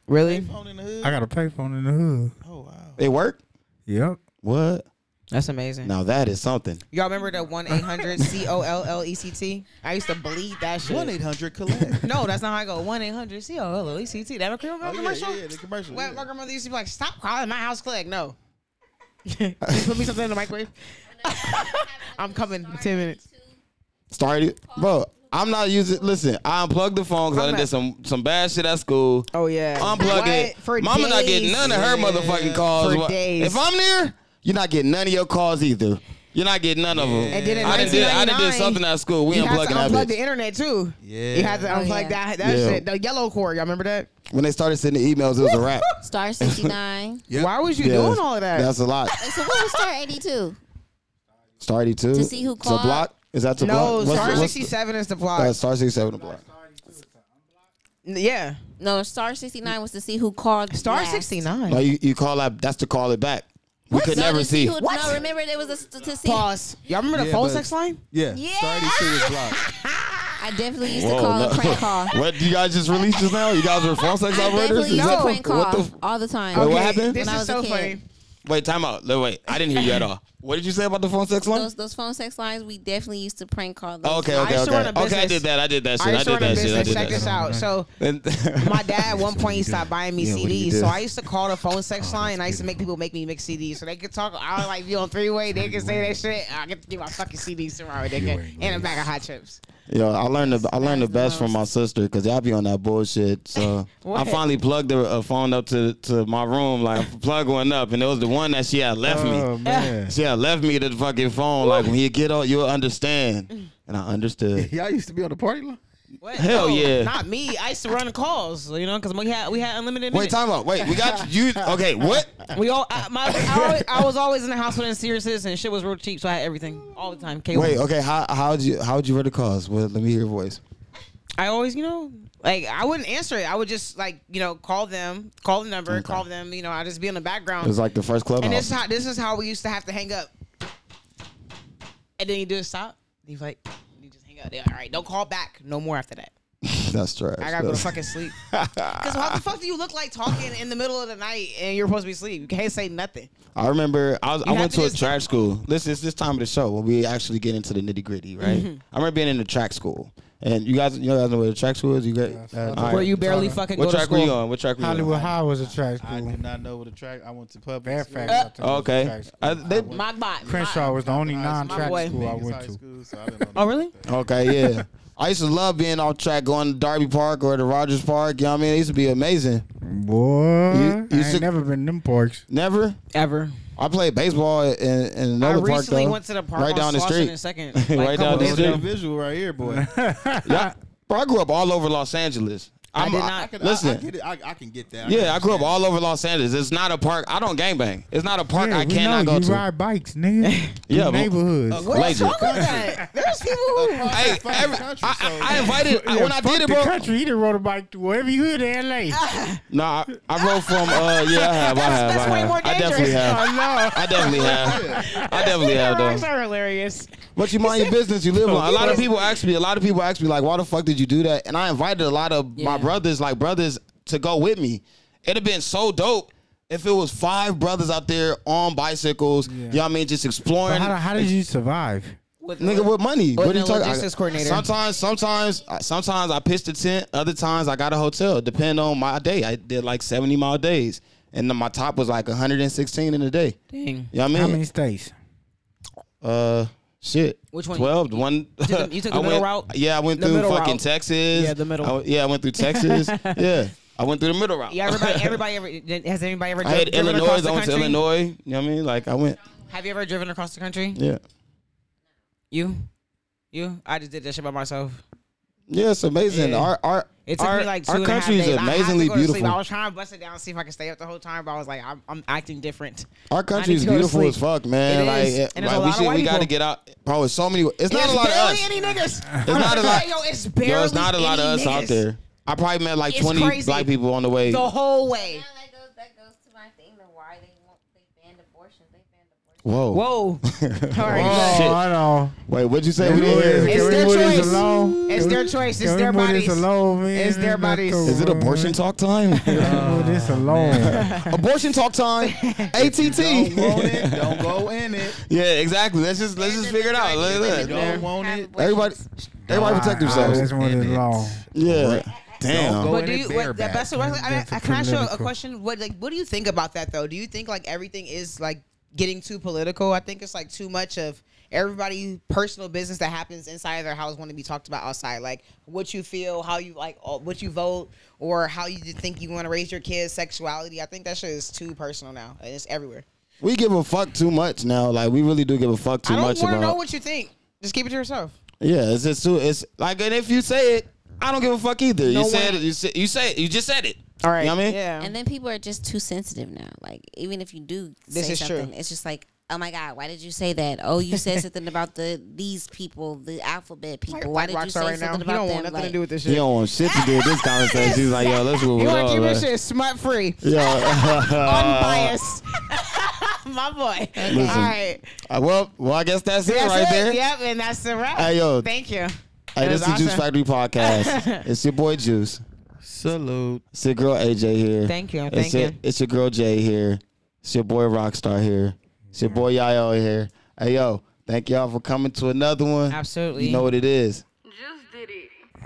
E: Really?
J: Phone in the hood.
F: I got a payphone in the hood.
J: Oh wow.
D: They work.
F: Yep.
D: What?
E: That's amazing.
D: Now that is something.
E: Y'all remember the one eight hundred C O L L E C T? I used to bleed that shit.
J: One eight hundred collect.
E: No, that's not how I go. One eight hundred C O L L E C T. That remember
J: Oh,
E: remember
J: yeah,
E: commercial?
J: yeah, yeah, the commercial.
E: Well,
J: yeah.
E: my grandmother used to be like, "Stop calling my house, click." No, Can you put me something in the microwave. I'm coming in ten minutes.
D: started, bro. I'm not using. Listen, I unplugged the phone because I done did some some bad shit at school.
E: Oh yeah,
D: Unplug it. Mama not getting none of her motherfucking calls.
E: For
D: Wha-
E: days.
D: If I'm there, you're not getting none of your calls either. You're not getting none of them.
E: And then in
D: I done did. I done did
E: 1999,
D: something at school. We
E: You had
D: unplugging
E: to
D: that
E: unplug
D: bitch.
E: the internet too.
J: Yeah.
E: you had to unplug
G: yeah.
E: that that
D: Yeah.
E: shit. The yellow cord. Y'all remember that?
D: When they started sending emails, it was a wrap.
G: Star 69.
E: Why was you
D: Yeah,
E: doing all of that?
D: That's a lot.
G: so what was Star 82?
D: Started too.
G: To see who
D: To
G: called?
D: block. Is that to
E: no,
D: block? What's-
E: Star
D: what's the-
E: sixty seven is the plot.
D: Uh, star six seven to block.
E: yeah,
G: No, Star 69 was to see who called.
E: Star
G: last.
E: sixty nine.
D: No, you, you call that. That's to call it back. We could
G: No,
D: never
G: to
D: see.
G: who- No, remember there was a st- to see.
E: Pause. Y'all remember the
J: Yeah,
E: phone
J: but-
E: sex line?
J: Yeah.
G: Yeah.
J: Thirty two is blocked.
G: I definitely used
D: Whoa,
G: to call
D: no.
G: a prank call.
D: What you guys just released just now? You guys were phone sex
G: I
D: operators?
G: definitely used to
E: No.
G: prank
D: What
G: call
D: the f-
G: all the time.
D: Wait, what happened?
E: This
G: When I
E: is
G: was a
E: so
G: kid.
E: funny.
D: Wait, time out. Wait, wait. I didn't hear you at all. What did you say about the phone sex line?
G: Those, those phone sex lines, we definitely used to prank call those.
D: Okay,
E: I
D: okay,
E: used to run
D: okay.
E: a
D: Okay, I
E: business.
D: did that. I did that shit.
E: I
D: I
E: used to
D: did
E: run a
D: that shit. I
E: business.
D: did
E: Check this
D: that
G: Uh-huh.
E: out. So
D: shit.
E: my dad at one point stopped buying me
D: Yeah, what Oh, do you
E: CDs,
D: do?
E: so I used to call the phone sex line. and I used to make people make me mix CDs, so they could talk. I was like, "You on three way? They can say that shit. I get to get my fucking CDs tomorrow, nigga, and a bag of hot chips."
D: Yo, I learned the I learned the best from my sister because y'all be on that bullshit. So I
E: What?
D: finally plugged a, a phone up to, to my room, like plug one up, and it was the one that she had left me.
J: man.
D: She had left me the fucking phone. Like when you get old, you'll understand. and I understood.
J: Y'all used to be on the party line.
E: What?
D: Hell yeah.
E: Not me. I used to run calls, you know, because we had we had unlimited.
D: Wait,
E: Minutes.
D: time out. Wait, we got you. Okay, what?
E: We all I, my I, always, I was always in the house with seriousness and shit was real cheap, so I had everything all the time. Cable.
D: Wait, okay. How how'd you how'd you run the calls? Well, let me hear your voice.
E: I always, you know, like I wouldn't answer it. I would just like, you know, call them, call the number, call them. You know, I just be in the background.
D: It was like the first clubhouse.
E: and this is how this is how we used to have to hang up. And then you do a stop. He's like, you just hang up. They're like, all right, don't call back no more after that.
D: That's trash.
E: I gotta go to
D: That's-
E: fucking sleep. Cause how the fuck do you look like talking in the middle of the night and you're supposed to be asleep? You can't say nothing.
D: I remember I, was, I
E: have
D: went
E: to
D: to a
E: just-
D: track school. Listen, it's this time of the show when we actually get into the nitty gritty, right?
E: Mm-hmm.
D: I remember being in the track school, and you guys, you guys know what a track school is. You got all right.
E: Where you barely fucking
D: What
E: go to
D: track were you
E: school.
D: on? What track were you
F: Hollywood
D: on?
F: High was a trash
J: I
F: school.
J: did not know what a track. I went to public. school.
F: Fairfax. I think, was a
D: Okay.
F: track school.
D: I- they-
E: My bot.
F: Crenshaw was the only non-track
E: boy.
F: school I
J: Niggas
F: went
J: high
F: to.
J: school, so I didn't know
E: Oh really?
D: okay, yeah. I used to love being off track, going to Derby Park or to Rogers Park. You know what I mean? It used to be amazing.
F: Boy,
D: You- you
F: I ain't
D: took-
F: never been in them parks.
D: Never.
E: Ever.
D: I played baseball in, in another
E: I
D: park.
E: recently
D: though,
E: went to the park
D: right
E: on
D: down the
E: Slauson
D: street.
E: and Second, like, a
D: right down
E: couple
D: the
E: days ago.
D: street.
J: that. Visual right here, boy.
D: Yeah, bro, I grew up all over Los Angeles. I'm,
E: did
J: I
E: not.
J: can,
D: Listen.
J: I, I get it. I, I can get that. can
D: Yeah, I grew up
J: understand.
D: all over Los Angeles. It's not a park. I don't gangbang. It's not a park
F: Yeah,
D: I
F: we
D: cannot
F: know
D: go
F: you
D: to.
F: ride bikes, nigga.
D: Yeah,
F: yeah,
D: but-
F: neighborhoods.
J: Uh,
E: What is
D: Lazy.
E: wrong with that? There's people who
D: Hey,
J: Fuck
D: every-
J: the country,
D: I,
J: so-
D: I, I invited I-
F: Yeah,
D: when I
F: fuck
D: did it,
F: the
D: bro.
F: country, he done rode a bike to every hood in LA.
D: Nah, I, I rode from. Uh, yeah, I have. I have.
E: that's
D: I,
E: way
D: have.
E: more
D: I definitely
E: dangerous.
D: have.
F: I
D: I definitely have. I definitely have
E: rocks
D: though.
E: are hilarious.
D: But you mind your business. You live on. A lot of people ask me. A lot of people ask me like, "Why the fuck did you do that?" And I invited a lot of my
E: Yeah.
D: brothers, like brothers, to go with me. It'd have been so dope if it was five brothers out there on bicycles. You know what I mean? Just exploring.
F: know. How, how did you survive?
E: With
D: Nigga, what money?
E: Or
D: what
E: the
D: talking-
E: logistics coordinator.
D: Sometimes, sometimes, sometimes I pitched a tent. Other times I got a hotel. Depend on my day. I did like seventy mile days, and then my top was like one hundred and sixteen in a day.
E: Dang.
D: You know what I
F: How
D: mean?
F: many states?
D: uh, shit.
E: Which one?
D: Twelve. The one. You
E: took the- you took the
D: I
E: middle
D: went,
E: route?
D: Yeah, I went
E: The
D: through
E: middle
D: fucking
E: route.
D: Texas.
E: Yeah, the middle.
D: I went- yeah, I went through Texas. yeah, I went through the middle route.
E: Yeah, everybody, everybody, ever has anybody ever?
D: I had
E: driven
D: Illinois.
E: across the
D: I went to
E: country?
D: Illinois. You know what I mean? Like I went.
E: Have you ever driven across the country?
D: Yeah.
E: You, you. I just did that shit by myself.
D: Yeah, it's amazing.
E: Yeah.
D: Our our
E: It took
D: our,
E: me like two
D: our
E: and a half
D: country is
E: days.
D: amazingly
E: I, had to go to
D: beautiful.
E: Sleep. I was trying to bust it down and see if I could stay up the whole time, but I was like, I'm, I'm acting different.
D: Our country
E: need
D: is
E: to go to
D: beautiful
E: sleep.
D: as fuck, man.
E: It
D: like,
E: is.
D: it-
E: And there's
D: like,
E: a
D: we
E: lot of
D: should,
E: white
D: we got to
E: people.
D: get out, bro. It's so many. It's not
E: There's
D: a lot of
E: barely
D: us.
E: any niggas. It's
D: not a lot-
E: Yo, it's barely.
D: Yo, it's not a lot of
E: any
D: us out
E: niggas
D: there. I probably met like
E: It's
D: twenty
E: crazy.
D: black people on the way.
E: The whole way.
G: that goes, that goes to my thing of why they won't they banned abortions. They banned
D: Whoa.
G: abortions.
E: Whoa. All right.
F: Oh,
D: Shit.
F: I know.
D: Wait, what'd you say?
F: Can
D: We
F: we
D: didn't hear.
F: move this-
E: It's
F: can we
E: their
F: move this
E: choice.
F: along?
E: It's
F: Can
E: their
F: we-
E: choice. It's
F: can we
E: their
F: move
E: bodies.
F: This alone, man?
E: It's their
F: Let's
E: bodies.
F: go,
D: Is it
F: man.
D: abortion talk time?
F: Can we move this alone.
D: abortion talk time.
J: Don't want
D: ATT.
J: it. Don't go in it.
D: yeah, exactly. Let's just let's just figure it out. Look, look.
J: Don't want
E: e-,
J: it.
D: Everybody, everybody protect
F: I
D: themselves.
F: just want it
J: Damn it.
F: alone.
D: Yeah. Damn.
J: go
E: But
J: in
E: do
J: it
E: you what, the
J: bareback.
E: best? I, I, I,
F: That's
E: can I ask you a
F: political.
E: question? What like what do you think about that though? Do you think like everything is like getting too political? I think it's like too much of everybody personal business that happens inside of their house want to be talked about outside. Like what you feel, how you like, uh, what you vote, or how you think you want to raise your kids, sexuality. I think that shit is too personal now, and it's everywhere.
D: We give a fuck too much now. Like we really do give a fuck too
E: I don't
D: much
E: want to
D: about.
E: know what you think. Just keep it to yourself.
D: Yeah, it's just too. It's like, and if you say it, I don't give a fuck either.
E: No
D: you said it.
E: one-
D: You said you said it. You just said it.
E: All right.
D: You know what I mean?
E: Yeah.
G: And then people are just too sensitive now. Like even if you do
E: This
G: say
E: is true.
G: something, it's just like, oh my god, why did you say that? Oh, you said something about the these people, the alphabet people.
E: Like,
G: why
E: like
G: did you say
E: Rockstar right
G: something
E: now. He
G: about
E: don't
G: them?
E: want nothing
G: like,
E: to do with this
D: He
E: shit.
D: don't want shit to do with this conversation. He's like, yo, let's move
E: You
D: it
E: want to
D: on.
E: keep
D: man.
E: this shit smut free.
D: Yeah.
E: unbiased. Uh, My boy. All right.
D: Uh, well, well, I guess that's it
E: That's
D: right
E: it.
D: there.
E: Yep, and that's the wrap.
D: Hey, yo.
E: Thank you.
D: Hey,
E: It
D: this is
E: was
D: the Juice
E: awesome.
D: Factory podcast. it's your boy Juice.
J: Salute.
D: It's your girl AJ here.
E: Thank you.
D: It's
E: Thank
D: your,
E: you.
D: It's your girl Jay here. It's your boy Rockstar here. It's your boy Yayo here. Hey yo, thank y'all for coming to another one.
E: Absolutely.
D: You know what it is.